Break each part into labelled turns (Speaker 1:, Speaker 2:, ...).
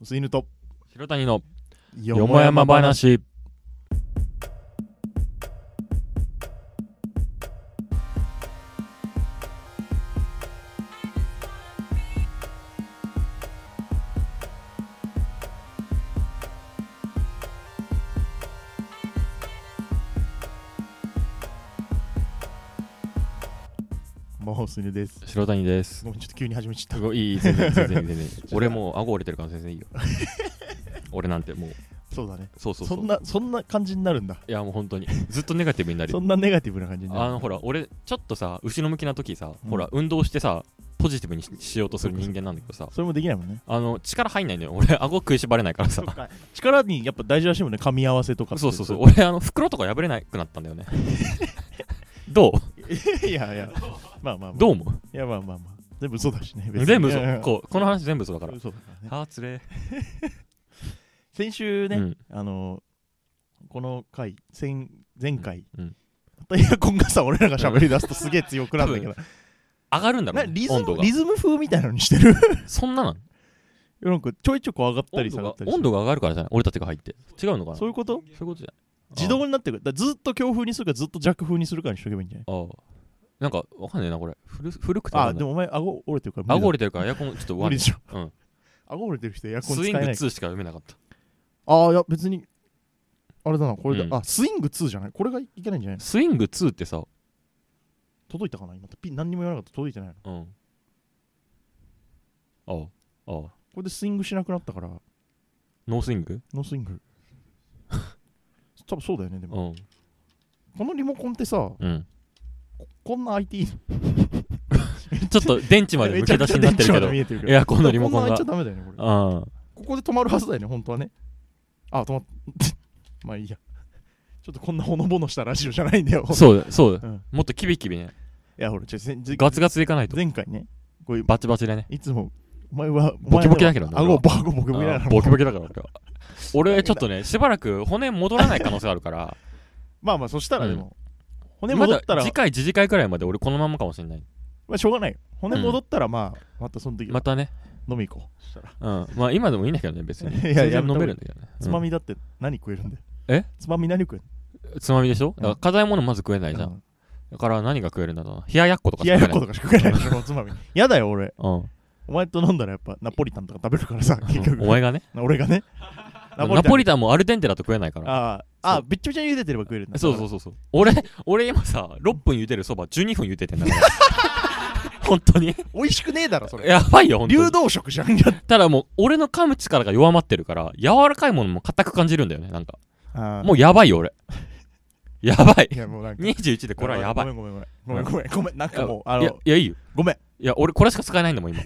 Speaker 1: 薄犬と
Speaker 2: 広谷の
Speaker 1: よ
Speaker 2: よもやま話。
Speaker 1: もう薄犬です
Speaker 2: 白谷です。
Speaker 1: ごめんちょっと急に始めちゃ
Speaker 2: す
Speaker 1: った
Speaker 2: ごいいいいい、全然、全然、全然。 俺もう顎折れてるから全然い いよ。俺なんてもう、
Speaker 1: そうだね
Speaker 2: そうそう
Speaker 1: そ
Speaker 2: そ
Speaker 1: ん
Speaker 2: う。
Speaker 1: なそんな感じになるんだ
Speaker 2: いやもう本当に、ずっとネガティブになる
Speaker 1: そ。んなネガティブな感じになる
Speaker 2: あのほら、俺、ちょっとさ、後ろ向きな時さ
Speaker 1: う、ん
Speaker 2: ほら、運動してさ、ポジティブにししようとする人間なんだけどさ、
Speaker 1: それもできないもんね
Speaker 2: あの、力入んないのよ。俺、顎食いしばれないからさ
Speaker 1: そ。っか力にやっぱ大事らしいもんね噛み合わせとかって
Speaker 2: そうそうそう。俺、あの、袋とか破れなくなったんだ よね。どう
Speaker 1: いやいやまあまあまあ
Speaker 2: どう思う
Speaker 1: いやまあまあまあ全部嘘だしね別に
Speaker 2: 全部
Speaker 1: いやいやい
Speaker 2: 嘘。
Speaker 1: や
Speaker 2: こう、この話全部嘘だから。
Speaker 1: 嘘だからね
Speaker 2: あーつれ
Speaker 1: 先週
Speaker 2: ー。
Speaker 1: ね、
Speaker 2: うん
Speaker 1: あのこの回前前回、
Speaker 2: うん
Speaker 1: またエアコンがさ俺らが喋り出すとすげえ強くなるんだけど
Speaker 2: 上がるんだろ
Speaker 1: な
Speaker 2: うね
Speaker 1: リズ
Speaker 2: 温度
Speaker 1: ム
Speaker 2: が
Speaker 1: リズム風みたいなのにしてる
Speaker 2: そんなの
Speaker 1: なんかちょいちょいこう上がった
Speaker 2: 温
Speaker 1: り
Speaker 2: 度
Speaker 1: 下が
Speaker 2: が
Speaker 1: ったりして
Speaker 2: 温度が上がるからじゃない俺たちが入って違うのかな
Speaker 1: そういうこと
Speaker 2: そういうことじゃない
Speaker 1: 自動になってくるだからずっと強風にするかずっと弱風にするかにしとけばいいんじゃない
Speaker 2: ああなんかわかんねえなこれ古古くてわ
Speaker 1: あ
Speaker 2: かん
Speaker 1: で
Speaker 2: ない
Speaker 1: もお前顎折れてるから
Speaker 2: 顎
Speaker 1: 無理
Speaker 2: 折れてるからエアコンちょっ
Speaker 1: だ
Speaker 2: と
Speaker 1: 無
Speaker 2: わか
Speaker 1: 理
Speaker 2: んな
Speaker 1: で
Speaker 2: い
Speaker 1: しょ、
Speaker 2: うん
Speaker 1: 顎折れてる人エアコン使
Speaker 2: スイ
Speaker 1: え
Speaker 2: ング
Speaker 1: ない
Speaker 2: 2しか読めなかった
Speaker 1: ああいや別にあれだなこれだ、
Speaker 2: うん
Speaker 1: あスイング2じゃないこれがいけないんじゃないの
Speaker 2: スイング2ってさ
Speaker 1: 届いたかな今ピン何にも言わなかった届いてないのこ
Speaker 2: うんああああ
Speaker 1: れでスイングしなくなったから
Speaker 2: ノースイング
Speaker 1: ノースイング多分そうだよねでも
Speaker 2: うん
Speaker 1: このリモコンってさ
Speaker 2: うん
Speaker 1: こんな IT
Speaker 2: ちょっと電池までむ
Speaker 1: めち
Speaker 2: き
Speaker 1: ゃく
Speaker 2: 出
Speaker 1: ち
Speaker 2: し
Speaker 1: ゃ
Speaker 2: になってるけ
Speaker 1: 電池ま
Speaker 2: ど
Speaker 1: で見えてるけど
Speaker 2: エアコンのリモコン
Speaker 1: こんな開
Speaker 2: が
Speaker 1: いちゃダメだよねこれ
Speaker 2: あ
Speaker 1: ここで止まるはずだよね、本当はね。あ、止まっ まあいいや。ちょっとこんなほのぼのしたラジオじゃないんだよ。
Speaker 2: あそうだそうだ
Speaker 1: うん
Speaker 2: もっとキビキビね
Speaker 1: いや、ほら、ちょ、前前
Speaker 2: ガツガツでいかないと
Speaker 1: 前回ね、こういう、
Speaker 2: バチバチでね
Speaker 1: いつも、お前は、
Speaker 2: ボキボキだけどね
Speaker 1: ね。顎、バゴボキボキだ
Speaker 2: あ
Speaker 1: か
Speaker 2: ー
Speaker 1: ら。
Speaker 2: ボキボキだから俺は俺ちょっとねしばらく骨戻らない可能性あるから
Speaker 1: まあまあ、そしたらでも、骨
Speaker 2: ま
Speaker 1: 戻
Speaker 2: だ
Speaker 1: ったら、
Speaker 2: 次回次次回くらいまで俺このままかもしれない
Speaker 1: まあ、しょうがないよ。骨戻ったら、まあ、またその時、
Speaker 2: またね
Speaker 1: 飲み行こう。そしたら、
Speaker 2: うんまあ今でもいいんだけどね別に
Speaker 1: いや
Speaker 2: 全然
Speaker 1: やめた
Speaker 2: 飲めるんだけどね
Speaker 1: つまみだって何食えるんだよ。
Speaker 2: え
Speaker 1: つまみ何食える
Speaker 2: うんつまみでしょだから硬いものまず食えないじゃん
Speaker 1: ん。
Speaker 2: だから何が食えるんだろうな冷ややっことかし
Speaker 1: 冷
Speaker 2: か
Speaker 1: ややっこ
Speaker 2: 食えない
Speaker 1: とかしか食えないでしょ、おつまみ。やだよ、俺。
Speaker 2: うん
Speaker 1: お前と飲んだらやっぱナポリタンとか食べるからさ、 結局
Speaker 2: お。前がね
Speaker 1: 俺がね。
Speaker 2: ナポリタンもアルデンテだと食えないから
Speaker 1: あ
Speaker 2: そう
Speaker 1: あ、あ、べっちゃべちゃに茹でてれば食えるんだ。
Speaker 2: そうそうそうそう俺俺今さ6分茹でるそば12分茹でてんだから 本当に
Speaker 1: 美味しくねえだろ、それ。
Speaker 2: やばいよ本当に
Speaker 1: 流動食じゃん。や
Speaker 2: ただ もう俺の噛む力が弱まってるから柔らかいものも硬く感じるんだよねなんかも
Speaker 1: う、
Speaker 2: うやばいよ俺やばい
Speaker 1: いや、もうなんか。
Speaker 2: 21でこれはやばい
Speaker 1: ごめんごめんごめん。ごめんごめんごめん。なんかもう、あ
Speaker 2: いや
Speaker 1: の、
Speaker 2: いやいいよ
Speaker 1: ごめん。
Speaker 2: いや俺これしか使えないんだもん今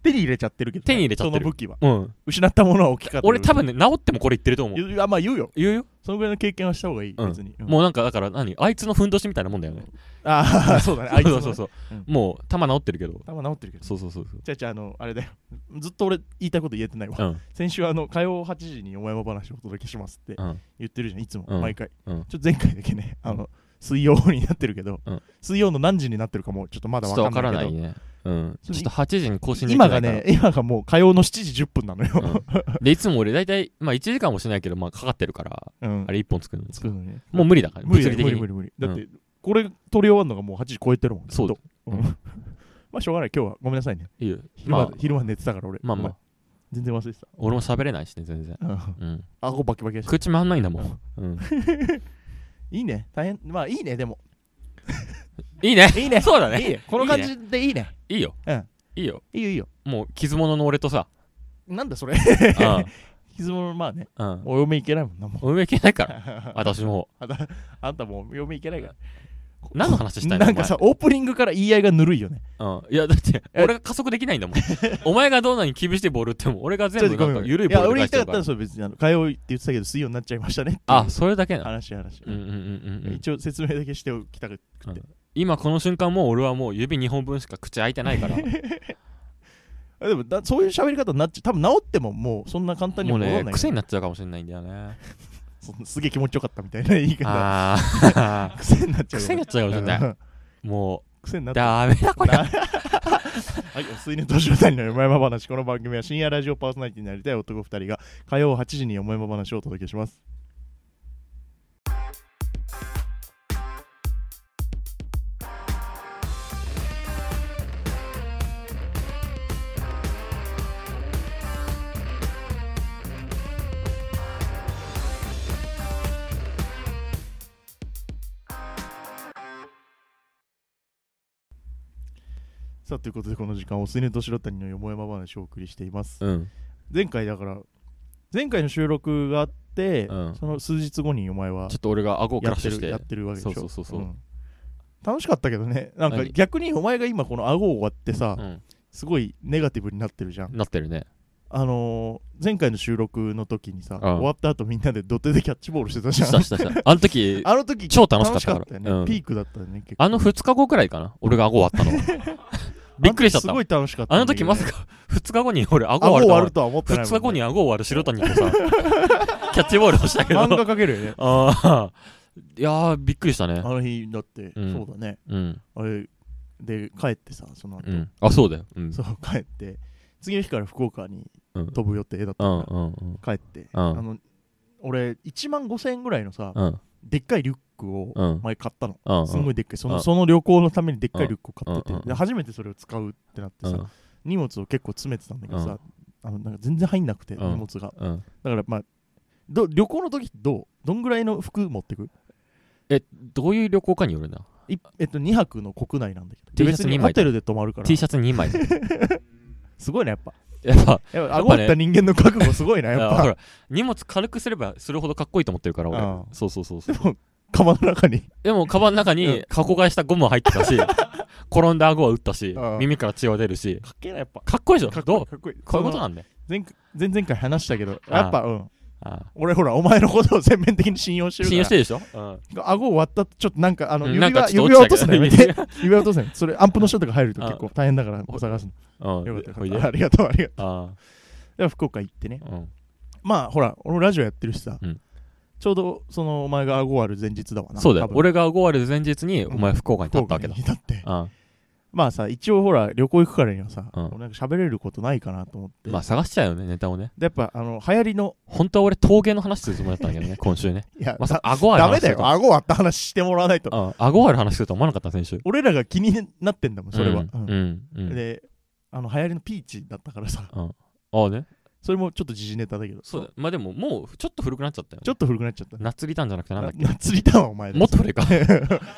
Speaker 1: 手に入れちゃってるけどね。
Speaker 2: 手に入れちゃってる
Speaker 1: その武器は。
Speaker 2: うん
Speaker 1: 失ったものは大きかった。
Speaker 2: 俺多分ね治ってもこれ言ってると思う
Speaker 1: 言う。あ、まあ言うよ。
Speaker 2: 言うよ
Speaker 1: そのぐらいの経験はした方がいい、
Speaker 2: うん
Speaker 1: 別に。うん
Speaker 2: もうなんかだから何あいつのふんどしみたいなもんだよね
Speaker 1: ああ、そうだね。 あいつ
Speaker 2: そ
Speaker 1: の
Speaker 2: うそう
Speaker 1: ね。
Speaker 2: そう
Speaker 1: うん
Speaker 2: もう弾治ってるけど
Speaker 1: たま治ってるけど。
Speaker 2: そうそうそうそう
Speaker 1: じゃあじゃあ、あの、あれだよ。ずっと俺、言いたいこと言えてないわ。
Speaker 2: うん
Speaker 1: 先週、あの、火曜8時にお山話をお届けしますって
Speaker 2: うん
Speaker 1: 言ってるじゃん、いつも、
Speaker 2: うん
Speaker 1: 毎回。
Speaker 2: うん
Speaker 1: ちょっと前回だけね、あの、水曜になってるけど、
Speaker 2: うん
Speaker 1: 水曜の何時になってるかもちょっとま
Speaker 2: ち
Speaker 1: だ
Speaker 2: ょっ
Speaker 1: わか
Speaker 2: とわ
Speaker 1: ん
Speaker 2: から
Speaker 1: な
Speaker 2: ないい
Speaker 1: けど、
Speaker 2: ねうん
Speaker 1: そ
Speaker 2: ち
Speaker 1: れ
Speaker 2: ょっと8時に更新でき
Speaker 1: 今
Speaker 2: ない
Speaker 1: が
Speaker 2: から
Speaker 1: ね、今がもう火曜の7時10分なのよ。
Speaker 2: うんでいつも俺大体まあ1時間もしないけどまあかかってるから
Speaker 1: うん
Speaker 2: あ。れ1本作るの
Speaker 1: 作るのね。
Speaker 2: もう無理だから
Speaker 1: 無理だ
Speaker 2: 物理
Speaker 1: よ
Speaker 2: 的
Speaker 1: 無理無理
Speaker 2: に
Speaker 1: 無理。だって、これ撮り終わるのがもう8時超えてるもん。
Speaker 2: そう
Speaker 1: ずっと。うん まあしょうがない、今日はごめんなさいね。
Speaker 2: いいよ
Speaker 1: 昼
Speaker 2: ま
Speaker 1: ま
Speaker 2: あ
Speaker 1: で、昼まで寝てたから俺。
Speaker 2: まあ
Speaker 1: ご
Speaker 2: ま
Speaker 1: めん
Speaker 2: あ
Speaker 1: 全然忘れてた。
Speaker 2: 俺も喋れないしね全然
Speaker 1: うん
Speaker 2: うん
Speaker 1: 顎バキバキだし。
Speaker 2: 口回んないんだもんうん
Speaker 1: いいね、大変。まあいいね、でも。
Speaker 2: いいね
Speaker 1: いいね
Speaker 2: そうだね
Speaker 1: いいね。この感じでいいね。
Speaker 2: いいよ
Speaker 1: うん
Speaker 2: いいよ
Speaker 1: いいよいいよ。
Speaker 2: もう傷物の俺 とさ
Speaker 1: なんだ それ。
Speaker 2: う
Speaker 1: 傷もまあね、
Speaker 2: んうん
Speaker 1: お嫁いけないもんな、もう。
Speaker 2: お嫁いけないから 私も
Speaker 1: あたあんたもう嫁いけないから。
Speaker 2: 何の話したいの
Speaker 1: なんかさ、オープニングから言い合いがぬるいよね。
Speaker 2: お前うんいやだって
Speaker 1: え
Speaker 2: 俺が加速できないん だもんお前がどんなに厳しいボール打っても俺が全部なんか緩いボ
Speaker 1: い
Speaker 2: ー
Speaker 1: や、
Speaker 2: ル
Speaker 1: 俺言い
Speaker 2: で返して
Speaker 1: たかった
Speaker 2: るか
Speaker 1: ん
Speaker 2: ら
Speaker 1: ですよ、別に。あの火曜って言ってたけど、水曜になっちゃいましたねっていう
Speaker 2: あそれだけな
Speaker 1: 話話。
Speaker 2: うんうんうんうんうん
Speaker 1: 一応説明だけしておきたくって。
Speaker 2: 今この瞬間もう俺はもう指2本分しか口開いてないから
Speaker 1: あでもだ、そういう喋り方になっちゃう。多分治ってももうそんな簡単に
Speaker 2: も
Speaker 1: は
Speaker 2: う
Speaker 1: 戻ら
Speaker 2: ね
Speaker 1: ない。
Speaker 2: 癖になっちゃうかもしれないんだ よね
Speaker 1: そんなすげえ気持ちよかったみたいな言い方。
Speaker 2: ああ
Speaker 1: 癖になっちゃう。
Speaker 2: 癖になっちゃうかもしれない
Speaker 1: うん
Speaker 2: も
Speaker 1: 癖になった
Speaker 2: ダメだこれ
Speaker 1: はい、お水の年代のよもやま話。この番組は深夜ラジオパーソナリティになりたい男2人が火曜8時によもやま話をお届けします。さあということでこの時間お水の年代のよもやま話をお送りしています。
Speaker 2: うん
Speaker 1: 前回だから前回の収録があって、
Speaker 2: うん
Speaker 1: その数日後にお前は
Speaker 2: ちょっと俺が顎をク
Speaker 1: や
Speaker 2: ラッ
Speaker 1: って
Speaker 2: シュし
Speaker 1: る
Speaker 2: て
Speaker 1: やってるわけでしょ
Speaker 2: そうそうそうそうん
Speaker 1: 楽しかったけどねなんか
Speaker 2: 何
Speaker 1: 逆にお前が今この顎を割ってさ、
Speaker 2: うん
Speaker 1: すごいネガティブになってるじゃん
Speaker 2: なってるね
Speaker 1: あのー、前回の収録の時にさ、
Speaker 2: ん
Speaker 1: 終わった後みんなで土手でキャッチボールしてたじゃ
Speaker 2: した
Speaker 1: ん
Speaker 2: したしたあの時
Speaker 1: あの時
Speaker 2: 超楽しかったから
Speaker 1: よね、
Speaker 2: うん
Speaker 1: ピークだったよね結構
Speaker 2: あの2日後くらいかな俺が顎割ったの びっくりしちゃっ
Speaker 1: あ
Speaker 2: た
Speaker 1: の時すごい楽しかった
Speaker 2: あ
Speaker 1: ん
Speaker 2: の
Speaker 1: だけ
Speaker 2: 時
Speaker 1: ど
Speaker 2: ま
Speaker 1: ね
Speaker 2: さか2日後に俺顎
Speaker 1: 顎
Speaker 2: 割
Speaker 1: を
Speaker 2: るとは
Speaker 1: 割るとは思ってないもん、
Speaker 2: 2日後に顎を割る白谷とさ キャッチボールをしたけど
Speaker 1: 漫画描けるよね
Speaker 2: ああいやーびっくりしたね
Speaker 1: あの日だって、
Speaker 2: うん
Speaker 1: そうだね
Speaker 2: うん
Speaker 1: あれで帰ってさその後、
Speaker 2: うんあそうだようん
Speaker 1: そう帰って次の日から福岡に
Speaker 2: うん
Speaker 1: 飛ぶ予定だった
Speaker 2: う
Speaker 1: か
Speaker 2: ん
Speaker 1: ら、
Speaker 2: うんうん
Speaker 1: 帰って、
Speaker 2: うん
Speaker 1: あの俺1万5000円ぐらいのさ、
Speaker 2: うん
Speaker 1: でっかいリュックを
Speaker 2: うん
Speaker 1: 前買ったの、
Speaker 2: うん
Speaker 1: すごいでっかいその,、
Speaker 2: うん
Speaker 1: その旅行のためにでっかいリュックを買ってて、
Speaker 2: うんうん
Speaker 1: で初めてそれを使うってなって
Speaker 2: う
Speaker 1: さ、
Speaker 2: ん
Speaker 1: 荷物を結構詰めてたんだけど
Speaker 2: う
Speaker 1: さ
Speaker 2: ん、
Speaker 1: あのなんか全然入んなくて、
Speaker 2: うん
Speaker 1: 荷物が
Speaker 2: うん
Speaker 1: だからまあど旅行の時ってどうどんぐらいの服持ってく
Speaker 2: えどういう旅行かによるな
Speaker 1: 一えっと、2泊の国内なんだけど
Speaker 2: T シャツ
Speaker 1: 別に
Speaker 2: 二枚
Speaker 1: ホテルで泊まるから
Speaker 2: T シャツ2枚
Speaker 1: すごいなやっぱ
Speaker 2: やっぱ
Speaker 1: やっぱ
Speaker 2: やっ
Speaker 1: 顎
Speaker 2: ぱ
Speaker 1: 割
Speaker 2: ね
Speaker 1: った人間の覚悟すごいなやっ
Speaker 2: あほ
Speaker 1: ぱ
Speaker 2: ら荷物軽くすればするほどかっこいいと思ってるから
Speaker 1: うん
Speaker 2: 俺そうそうそうそう
Speaker 1: 釜の中に
Speaker 2: でもカバンの中に加工買いしたゴムは入ってた し転んだ顎は打ったし
Speaker 1: うん
Speaker 2: 耳から血は出るし
Speaker 1: かっけえなやっぱ
Speaker 2: かっこいいじゃん
Speaker 1: かっ
Speaker 2: ど
Speaker 1: こいいうかっこいい
Speaker 2: こういうこ
Speaker 1: そ
Speaker 2: と
Speaker 1: の
Speaker 2: なんだよ
Speaker 1: 前回前々回話したけど
Speaker 2: ああ
Speaker 1: やっぱうん
Speaker 2: あ
Speaker 1: 俺ほらお前のことを全面的に信用してる
Speaker 2: あ
Speaker 1: か
Speaker 2: 信用
Speaker 1: ら
Speaker 2: してるでしょうん
Speaker 1: 顎を割ったとちょっとなんかあの
Speaker 2: うん
Speaker 1: 指
Speaker 2: なんか
Speaker 1: 輪
Speaker 2: ちょっ
Speaker 1: 指輪
Speaker 2: と落
Speaker 1: 落と
Speaker 2: ち
Speaker 1: す
Speaker 2: た
Speaker 1: の
Speaker 2: け
Speaker 1: や
Speaker 2: ど
Speaker 1: めて 指輪落とすのそれアンプの人とか入ると
Speaker 2: ああ
Speaker 1: 結構大変だから探すの
Speaker 2: うん
Speaker 1: よかったよか
Speaker 2: ほい
Speaker 1: っ
Speaker 2: で
Speaker 1: たありがとうありがとう
Speaker 2: あ
Speaker 1: では福岡行ってね
Speaker 2: あうん
Speaker 1: まあほら俺もラジオやってるしさ
Speaker 2: うん
Speaker 1: ちょうどそのお前が顎割る前日だわな
Speaker 2: そうだよ
Speaker 1: 多分
Speaker 2: 俺が顎割る前日に
Speaker 1: うん
Speaker 2: お前福岡に
Speaker 1: 福
Speaker 2: 立っ
Speaker 1: 岡
Speaker 2: たわけ
Speaker 1: にだ
Speaker 2: だ
Speaker 1: って
Speaker 2: うん
Speaker 1: まあさ一応ほら旅行行くからにはさ
Speaker 2: うん
Speaker 1: 俺なんか喋れることないかなと思って
Speaker 2: まあ探しちゃうよねネタをね
Speaker 1: でやっぱあの流行りの
Speaker 2: 本当は俺陶芸の話するつもりだったんだけどね 今週ね
Speaker 1: いや
Speaker 2: まさ
Speaker 1: だ
Speaker 2: か顎割る
Speaker 1: ダメ
Speaker 2: 話す
Speaker 1: だ
Speaker 2: ると
Speaker 1: よ
Speaker 2: は
Speaker 1: 顎割った話してもらわないと
Speaker 2: うん顎割る話するとは思わなかった先週
Speaker 1: 俺らが気になってんだもんそれは
Speaker 2: う
Speaker 1: うん
Speaker 2: んうんうん
Speaker 1: であの流行りのピーチだったからさ
Speaker 2: ああね
Speaker 1: それもちょっと時事ネタだけど
Speaker 2: そうだよまあでももうちょっと古くなっちゃったよね
Speaker 1: ちょっと古くなっちゃった
Speaker 2: 夏リターンじゃなくてなんだっ
Speaker 1: な釣りた わお前
Speaker 2: けもっと古いか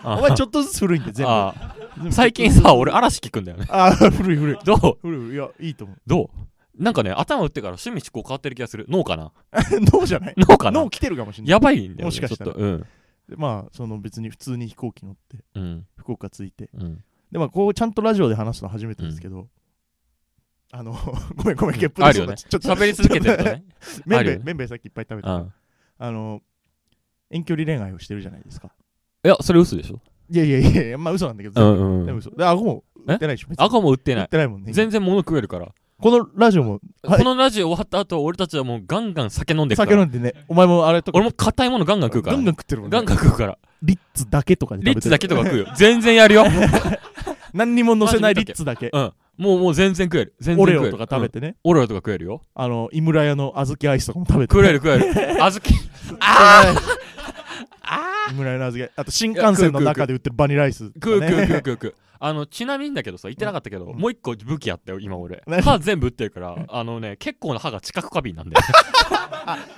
Speaker 1: お
Speaker 2: お
Speaker 1: 前ちょっとずつ古いんで全部
Speaker 2: あ
Speaker 1: 全 部
Speaker 2: 最近さ俺嵐聞くんだよね
Speaker 1: あー古い古い
Speaker 2: どう
Speaker 1: 古い古いいやいいと思う
Speaker 2: どうなんかね頭打ってから趣味思考変わってる気がする脳かな
Speaker 1: 脳じゃない
Speaker 2: 脳かな
Speaker 1: 脳来てるかもしれない
Speaker 2: やばいんだよね
Speaker 1: もしかしたら
Speaker 2: ちょっとうん
Speaker 1: でまあその別に普通に飛行機乗って
Speaker 2: うん
Speaker 1: 福岡着いて
Speaker 2: うん
Speaker 1: でまあこうちゃんとラジオで話すの初めてですけどあの ごめんごめんゲップ
Speaker 2: あ
Speaker 1: 出そ
Speaker 2: る
Speaker 1: う
Speaker 2: よ
Speaker 1: だ
Speaker 2: ね
Speaker 1: ちょっと
Speaker 2: 喋り続けてる とね
Speaker 1: め
Speaker 2: あ
Speaker 1: ん
Speaker 2: る
Speaker 1: べ
Speaker 2: よ
Speaker 1: い
Speaker 2: ね
Speaker 1: めんべいさっきいっぱい食べ
Speaker 2: う
Speaker 1: た
Speaker 2: ん
Speaker 1: あの遠距離恋愛をしてるじゃないですか
Speaker 2: いやそれ嘘 でしょ
Speaker 1: いやいやいやいやまあ嘘なんだけ
Speaker 2: う
Speaker 1: ど
Speaker 2: んうん
Speaker 1: でも
Speaker 2: うん
Speaker 1: 嘘で顎も売ってないでしょ別に
Speaker 2: 顎も打って
Speaker 1: 売
Speaker 2: な
Speaker 1: っ
Speaker 2: い
Speaker 1: てないもんね
Speaker 2: 全然物食えるから
Speaker 1: このラジオも はい
Speaker 2: このラジオ終わった後俺たちはもうガンガン酒飲んでくか
Speaker 1: 酒
Speaker 2: ら
Speaker 1: 飲んでねお前もあれとか
Speaker 2: 俺も硬いものガンガン食うから
Speaker 1: ガンガン食ってるもんね
Speaker 2: ガンガン食うから
Speaker 1: リッツだけとかで食べて
Speaker 2: リッ
Speaker 1: る
Speaker 2: ツだけとか食うよ 全然やるよ
Speaker 1: 何にも載せないリッツだけ
Speaker 2: うんもうもう全然食える全然
Speaker 1: オ
Speaker 2: 食え
Speaker 1: レ
Speaker 2: る
Speaker 1: オとか食べ
Speaker 2: うん
Speaker 1: てね
Speaker 2: オレオとか食えるよ
Speaker 1: あの井村屋の小豆アイスとかも食べて
Speaker 2: 食える食え るあずき
Speaker 1: ああ井村屋の小豆あと新幹線の中で売ってるバニラアイスと
Speaker 2: 食う
Speaker 1: かね
Speaker 2: 食う食う食う食うあのちなみにだけどさ言ってなかったけど
Speaker 1: うん
Speaker 2: もう一個武器あったよ今俺
Speaker 1: 何
Speaker 2: 歯全部打ってる からあのね結構な歯が知覚過敏なんで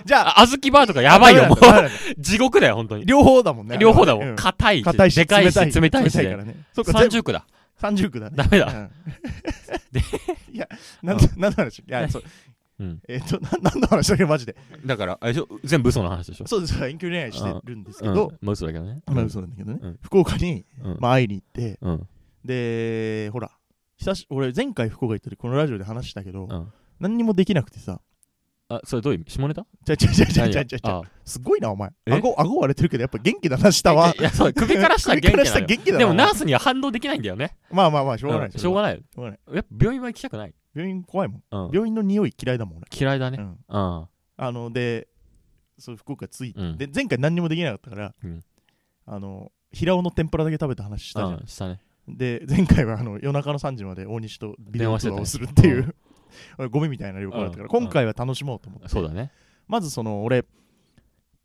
Speaker 1: じゃあ
Speaker 2: あずきバーとかやばいよもう
Speaker 1: ダメなんだダメなんだ
Speaker 2: 地獄だよ本当に
Speaker 1: 両方だもんね
Speaker 2: 両方だも
Speaker 1: うん
Speaker 2: 硬いし
Speaker 1: 硬いし
Speaker 2: でかいし
Speaker 1: 冷たい
Speaker 2: 冷たいし
Speaker 1: か
Speaker 2: で
Speaker 1: らねそうか全部
Speaker 2: 30区だ
Speaker 1: 30区だね
Speaker 2: ダメだ
Speaker 1: うん いやなんでなんの話いやそう
Speaker 2: うん
Speaker 1: えっとな何の話だっけマジで
Speaker 2: だからあれでしょ全部嘘の話でしょ
Speaker 1: そうです遠距離恋愛してるんですけ
Speaker 2: うん
Speaker 1: ど、
Speaker 2: まあ嘘だけどね
Speaker 1: まあ嘘なんだけどね、
Speaker 2: うん
Speaker 1: 福岡に、
Speaker 2: うん
Speaker 1: まあ、会いに行って
Speaker 2: うん
Speaker 1: でほら久し俺前回福岡行った時このラジオで話したけど、
Speaker 2: うん
Speaker 1: 何にもできなくてさ
Speaker 2: あそれどういう意味下ネタ
Speaker 1: ちゃちゃちゃちゃ
Speaker 2: 何
Speaker 1: ちゃ
Speaker 2: が
Speaker 1: ちゃちゃ
Speaker 2: あ
Speaker 1: すごいなお前
Speaker 2: え
Speaker 1: 顎顎割れてるけどやっぱ元気だな下はい
Speaker 2: やそう首から下元気
Speaker 1: 首から
Speaker 2: な
Speaker 1: 下
Speaker 2: のよ
Speaker 1: 元気だな
Speaker 2: でもナースには反応できないんだよね
Speaker 1: まあまあまあしょうがな
Speaker 2: う
Speaker 1: い、
Speaker 2: んしょうがない
Speaker 1: しょうがない
Speaker 2: やっぱ病院は行きたくない
Speaker 1: 病院怖いもん
Speaker 2: うん
Speaker 1: 病院の匂い嫌いだもん俺、
Speaker 2: 嫌いだね
Speaker 1: うん、
Speaker 2: うん
Speaker 1: あのでそう福岡着いて、
Speaker 2: うん
Speaker 1: で前回何にもできなかったから、
Speaker 2: うん
Speaker 1: あの平尾の天ぷらだけ食べた話したじゃん、
Speaker 2: うんしたね
Speaker 1: で前回はあの夜中の3時まで大西とビデオ通話をするってい
Speaker 2: 電話してた
Speaker 1: う、ゴミみたいな旅行だったから、
Speaker 2: うん
Speaker 1: 今回は楽しもうと思って、
Speaker 2: そうだね
Speaker 1: まずその俺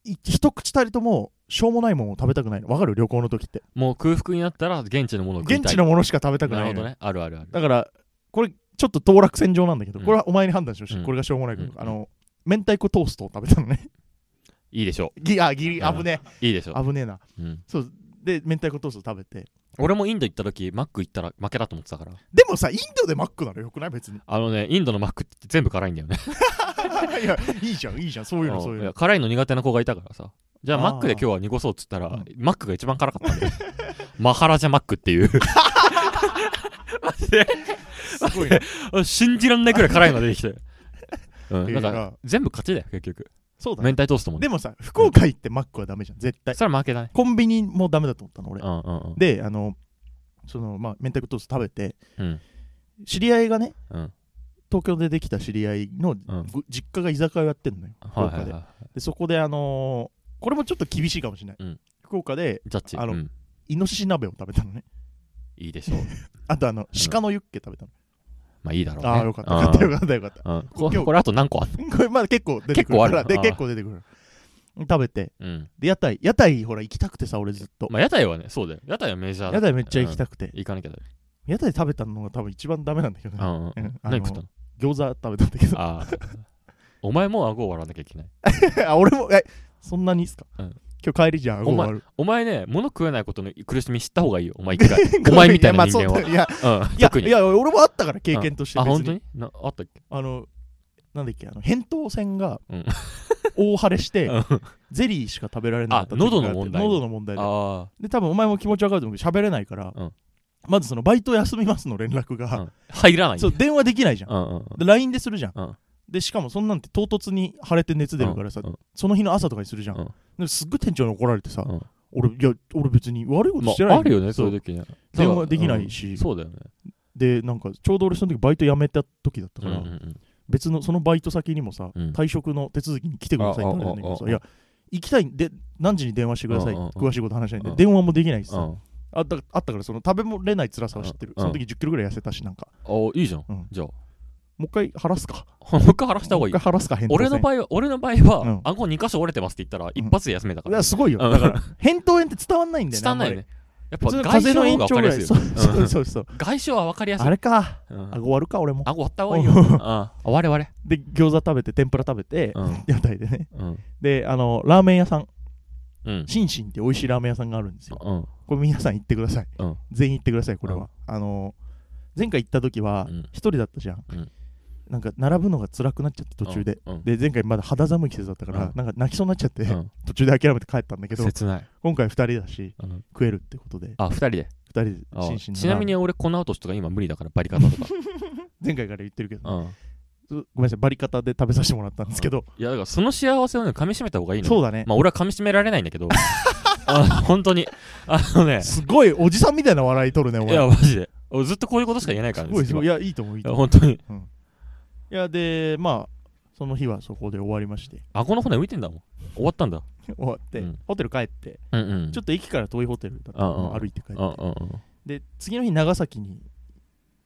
Speaker 1: い一口たりともしょうもないものを食べたくないのわかる旅行の時って
Speaker 2: もう空腹になったら現地のものを食い
Speaker 1: 現
Speaker 2: たい
Speaker 1: 地のものしか食べたく
Speaker 2: な
Speaker 1: ない
Speaker 2: る
Speaker 1: の
Speaker 2: ほ
Speaker 1: よ
Speaker 2: どねあるあるある
Speaker 1: だからこれちょっと当落線上なんだけど、
Speaker 2: うん
Speaker 1: これはお前に判断してほしい、
Speaker 2: うん
Speaker 1: これがしょうもないこと、
Speaker 2: うん
Speaker 1: あの明太子トーストを食べたのね
Speaker 2: いいでしょ
Speaker 1: ギあギリ
Speaker 2: うん
Speaker 1: 危ね
Speaker 2: ういいでし
Speaker 1: え
Speaker 2: ょ
Speaker 1: 危ねえな
Speaker 2: う、うん、
Speaker 1: そうで明太子トースト食べて
Speaker 2: 俺もインド行った時マック行ったら負けだと思ってたから
Speaker 1: でもさインドでマックならよくない別に
Speaker 2: あのねインドのマックって全部辛いんだよね
Speaker 1: いやいいじゃんいいじゃんそういうのそういう
Speaker 2: い
Speaker 1: の
Speaker 2: や辛いの苦手な子がいたからさじゃあ
Speaker 1: あー
Speaker 2: マックで今日は濁そうっつったら、
Speaker 1: うん
Speaker 2: マックが一番辛かったんだよ マハラジャマックっていう マジです
Speaker 1: ごいね
Speaker 2: 信じらんないくらい辛いの出てきて、う
Speaker 1: ってい
Speaker 2: ん、な
Speaker 1: うんのが
Speaker 2: か全部勝ちだよ結局
Speaker 1: そうだ
Speaker 2: 明
Speaker 1: ね
Speaker 2: 太トーストもね
Speaker 1: でもさ福岡行ってマックはダメじゃん絶対
Speaker 2: それは負けだね
Speaker 1: コンビニもダメだと思ったの俺
Speaker 2: うんうんうん
Speaker 1: であのそのまあ明太子トースト食べて
Speaker 2: うん
Speaker 1: 知り合いがね
Speaker 2: うん
Speaker 1: 東京でできた知り合いの
Speaker 2: うん
Speaker 1: ぐ実家が居酒屋やってんのよ福
Speaker 2: はい
Speaker 1: 岡
Speaker 2: はい
Speaker 1: で
Speaker 2: はい
Speaker 1: でそこであのーこれもちょっと厳しいかもしれない、
Speaker 2: うん
Speaker 1: 福岡で
Speaker 2: ジャッジ
Speaker 1: あの
Speaker 2: うん
Speaker 1: イノシシ鍋を食べたのね
Speaker 2: いいでしょう
Speaker 1: あとあの鹿のユッケ食べたの、
Speaker 2: まあいいだろうね
Speaker 1: ああよかったよかったよかったよかった
Speaker 2: うんこ
Speaker 1: 今日
Speaker 2: これあと何個あんの
Speaker 1: これまだ結構出てくるから
Speaker 2: 結構ある
Speaker 1: で
Speaker 2: あー
Speaker 1: 結構出てくる食べて
Speaker 2: うん
Speaker 1: で屋台屋台ほら行きたくてさ俺ずっと、
Speaker 2: まあ屋台はねそうだよ屋台はメジャー
Speaker 1: 屋台めっちゃ行きたくて、
Speaker 2: 行かなきゃだよ
Speaker 1: 屋台食べたのが多分一番ダメなんだけどね、
Speaker 2: うんう
Speaker 1: う
Speaker 2: ん
Speaker 1: んあの
Speaker 2: 何食ったの
Speaker 1: 餃子食べたんだけど
Speaker 2: ああお前も顎を割らなきゃいけない
Speaker 1: あ俺もえそんなにいいっすか、
Speaker 2: うん
Speaker 1: 今日帰りじゃん
Speaker 2: お
Speaker 1: 顎
Speaker 2: 前
Speaker 1: 割る
Speaker 2: お前ね物食えないことの苦しみ知った方がいいよお 前一回お前みたいな人間は
Speaker 1: まあそういや
Speaker 2: う
Speaker 1: い
Speaker 2: ん
Speaker 1: や
Speaker 2: 特
Speaker 1: い
Speaker 2: に
Speaker 1: や俺もあったから経験として
Speaker 2: あ
Speaker 1: 別
Speaker 2: 本当
Speaker 1: に
Speaker 2: になあったっけ
Speaker 1: あのなんだっけあの扁桃腺が
Speaker 2: うん
Speaker 1: 大腫れして、
Speaker 2: うん
Speaker 1: ゼリーしか食べられなかった
Speaker 2: あ
Speaker 1: 時が
Speaker 2: 喉
Speaker 1: あ
Speaker 2: の
Speaker 1: って
Speaker 2: 問題
Speaker 1: 喉の問題で
Speaker 2: あ
Speaker 1: で多分お前も気持ちわかると思うけど喋れないから、
Speaker 2: うん
Speaker 1: まずそのバイト休みますの連絡
Speaker 2: あ
Speaker 1: が、
Speaker 2: うん入らない
Speaker 1: そう電話できないじゃん、
Speaker 2: うんうんうん
Speaker 1: で LINE でするじゃん、
Speaker 2: うん
Speaker 1: でしかもそんなんて唐突に腫れて熱出るからさ、
Speaker 2: うん
Speaker 1: その日の朝とかにするじゃん、
Speaker 2: うん
Speaker 1: ですっごい店長に怒られてさ、
Speaker 2: うん
Speaker 1: 俺いや俺別に悪いこと
Speaker 2: ま
Speaker 1: してない、
Speaker 2: ああるよねそうういう時ね
Speaker 1: 電話できないし
Speaker 2: うんそうだよね
Speaker 1: でなんかちょうど俺その時バイト辞めた時だった
Speaker 2: う
Speaker 1: か
Speaker 2: ん
Speaker 1: ら、
Speaker 2: うんうん
Speaker 1: 別のそのバイト先にもさ、
Speaker 2: うん
Speaker 1: 退職の手続きに来てくださいって言われたんだけど
Speaker 2: あああ
Speaker 1: さ
Speaker 2: あ
Speaker 1: いや行きたいんで何時に電話してください
Speaker 2: うんうんうん
Speaker 1: 詳しいこと話したいんで
Speaker 2: うん
Speaker 1: 電話もできないし
Speaker 2: う
Speaker 1: さ
Speaker 2: ん
Speaker 1: あだあったからその食べもれない辛さは知ってる
Speaker 2: うん
Speaker 1: その時1 0キロぐらい痩せたしなんか
Speaker 2: あいいじゃん
Speaker 1: うん
Speaker 2: じゃあ
Speaker 1: もう一回晴らすか
Speaker 2: もう一回話した方
Speaker 1: も
Speaker 2: が
Speaker 1: う一
Speaker 2: いい
Speaker 1: 回晴らすか返答
Speaker 2: 俺の場合は俺の場合
Speaker 1: うん
Speaker 2: は顎2箇所折れてますって言ったら一発で休めたか
Speaker 1: い
Speaker 2: ら
Speaker 1: やすごいよ
Speaker 2: うん
Speaker 1: だから返答炎って伝わんないんだよね
Speaker 2: 伝わんないよ
Speaker 1: あんまり
Speaker 2: ねやっ
Speaker 1: 普
Speaker 2: ぱ
Speaker 1: 通の風
Speaker 2: 外傷
Speaker 1: 邪
Speaker 2: の
Speaker 1: の延長
Speaker 2: 方が分か
Speaker 1: ぐ
Speaker 2: り
Speaker 1: ら
Speaker 2: やす
Speaker 1: い
Speaker 2: い
Speaker 1: そ
Speaker 2: よ
Speaker 1: うそうそうそう
Speaker 2: 外傷は分かりやすい
Speaker 1: あれか
Speaker 2: うん
Speaker 1: あ終わるか俺も
Speaker 2: あ、終わった方がいいよ。あ、終われ終われ。
Speaker 1: で餃子食べて天ぷら食べて
Speaker 2: うん。
Speaker 1: 屋台でね
Speaker 2: うん。
Speaker 1: であのラーメン屋さん
Speaker 2: うん。
Speaker 1: シンシンって美味しいラーメン屋さんがあるんですよ
Speaker 2: うん。
Speaker 1: これ皆さん行ってください、
Speaker 2: うん
Speaker 1: 全員行ってくださいこれは、あのー前回行った時は
Speaker 2: うん
Speaker 1: 一人だったじゃん、
Speaker 2: うん
Speaker 1: なんか並ぶのが辛くなっちゃって途中で、
Speaker 2: うん。
Speaker 1: で前回まだ肌寒い季節だったから、
Speaker 2: うん
Speaker 1: なんか泣きそうになっちゃって、
Speaker 2: うん。
Speaker 1: 途中で諦めて帰ったんだけど
Speaker 2: 切ない。
Speaker 1: 今回二人だし
Speaker 2: うん
Speaker 1: 食えるってことで
Speaker 2: あ、二人で。
Speaker 1: 二人で
Speaker 2: あ
Speaker 1: 心身の
Speaker 2: ちなみに俺、この後とか今無理だから、バリカタとか。
Speaker 1: 前回から言ってるけど、
Speaker 2: うん。
Speaker 1: ごめんなさいバリカタで食べさせてもらったんですけど、
Speaker 2: いや、だからその幸せをね、噛み締めた方がいいの。
Speaker 1: そう
Speaker 2: う
Speaker 1: だね、
Speaker 2: まあ、俺は噛み締められないん だけど。あ、本当に。あのね、
Speaker 1: すごいおじさんみたいな笑い取るね
Speaker 2: い
Speaker 1: 俺
Speaker 2: や、マジで。俺ずっとこういうことしか言えないから
Speaker 1: す
Speaker 2: ね。
Speaker 1: ごいすごいい
Speaker 2: い
Speaker 1: やいいと思ういいと
Speaker 2: や、
Speaker 1: 思う
Speaker 2: 本当に。
Speaker 1: いやでまあその日はそこで終わりまして
Speaker 2: 顎の骨浮いてんだもん。終わったんだ。
Speaker 1: 終わって、
Speaker 2: うん
Speaker 1: ホテル帰って、
Speaker 2: うんうん。
Speaker 1: ちょっ
Speaker 2: っ
Speaker 1: と駅から遠いホテルだった
Speaker 2: うん
Speaker 1: の
Speaker 2: うん
Speaker 1: 歩いて帰って、
Speaker 2: と。う
Speaker 1: で次の日長崎に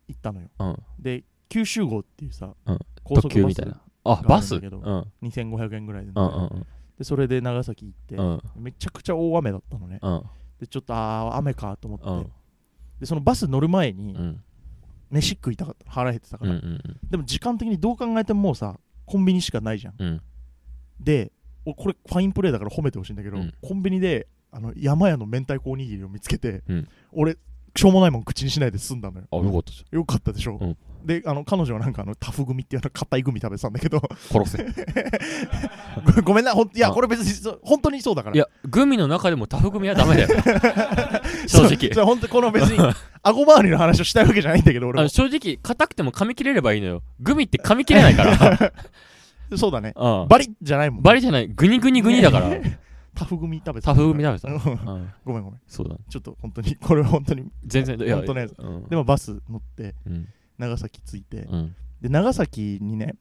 Speaker 1: 行ったのよ
Speaker 2: んうんうん。
Speaker 1: で九州号っていうさ、
Speaker 2: うん
Speaker 1: 高
Speaker 2: 特
Speaker 1: 速
Speaker 2: 急
Speaker 1: バ
Speaker 2: み
Speaker 1: ス
Speaker 2: たいな。あ、バ
Speaker 1: があ
Speaker 2: ス。
Speaker 1: るんだ
Speaker 2: うん。
Speaker 1: けど
Speaker 2: うんうん
Speaker 1: 2500円ぐらいで,、
Speaker 2: うん
Speaker 1: でそれで長崎行って、
Speaker 2: うん。
Speaker 1: めちゃくちゃ大雨だったのね
Speaker 2: うん。
Speaker 1: でちょっとあー雨かと思って、
Speaker 2: うん。
Speaker 1: でそのバス乗る前に
Speaker 2: うん。
Speaker 1: 飯食いたかった腹減ってたか
Speaker 2: うん。う
Speaker 1: ら、
Speaker 2: ん。
Speaker 1: でも時間的にどう考えてももうさコンビニしかないじゃん
Speaker 2: うん。
Speaker 1: でおこれファインプレーだから褒めてほしいんだけど、
Speaker 2: うん
Speaker 1: コンビニであの山屋の明太子おにぎりを見つけて、
Speaker 2: うん
Speaker 1: 俺しょうもないもん口にしないで済んだのよ
Speaker 2: あ、よかったじ
Speaker 1: よかったでしょ、
Speaker 2: うん
Speaker 1: であの彼女はなんかあのタフ組っていうあの硬い組食べてたんだけ ど
Speaker 2: ゃん。殺せ。
Speaker 1: ごごめんなほんいや
Speaker 2: あ
Speaker 1: これ別にそう本当にそうだから
Speaker 2: いや、グミの中でもタフ組はダメだよ。正
Speaker 1: そう
Speaker 2: 直。
Speaker 1: そう本当この別 に顎周りの話をしたいわけじゃないんだけど俺も
Speaker 2: あの正直、硬くても噛み切れればいいのよ。グミって噛み切れないから。
Speaker 1: そうだね
Speaker 2: うん
Speaker 1: バリッじゃないもん
Speaker 2: バリじゃない、グニグニグニだから。
Speaker 1: タフ組食べて
Speaker 2: タフ組だべさ。う
Speaker 1: うん
Speaker 2: ん
Speaker 1: ごめんごめん
Speaker 2: そうだ。
Speaker 1: ちょっと本当にこれは本当に
Speaker 2: 全然、いや、
Speaker 1: 本当のやつ
Speaker 2: うん
Speaker 1: でもバス乗って
Speaker 2: うん。
Speaker 1: 長崎着いて
Speaker 2: うん。
Speaker 1: で長崎にね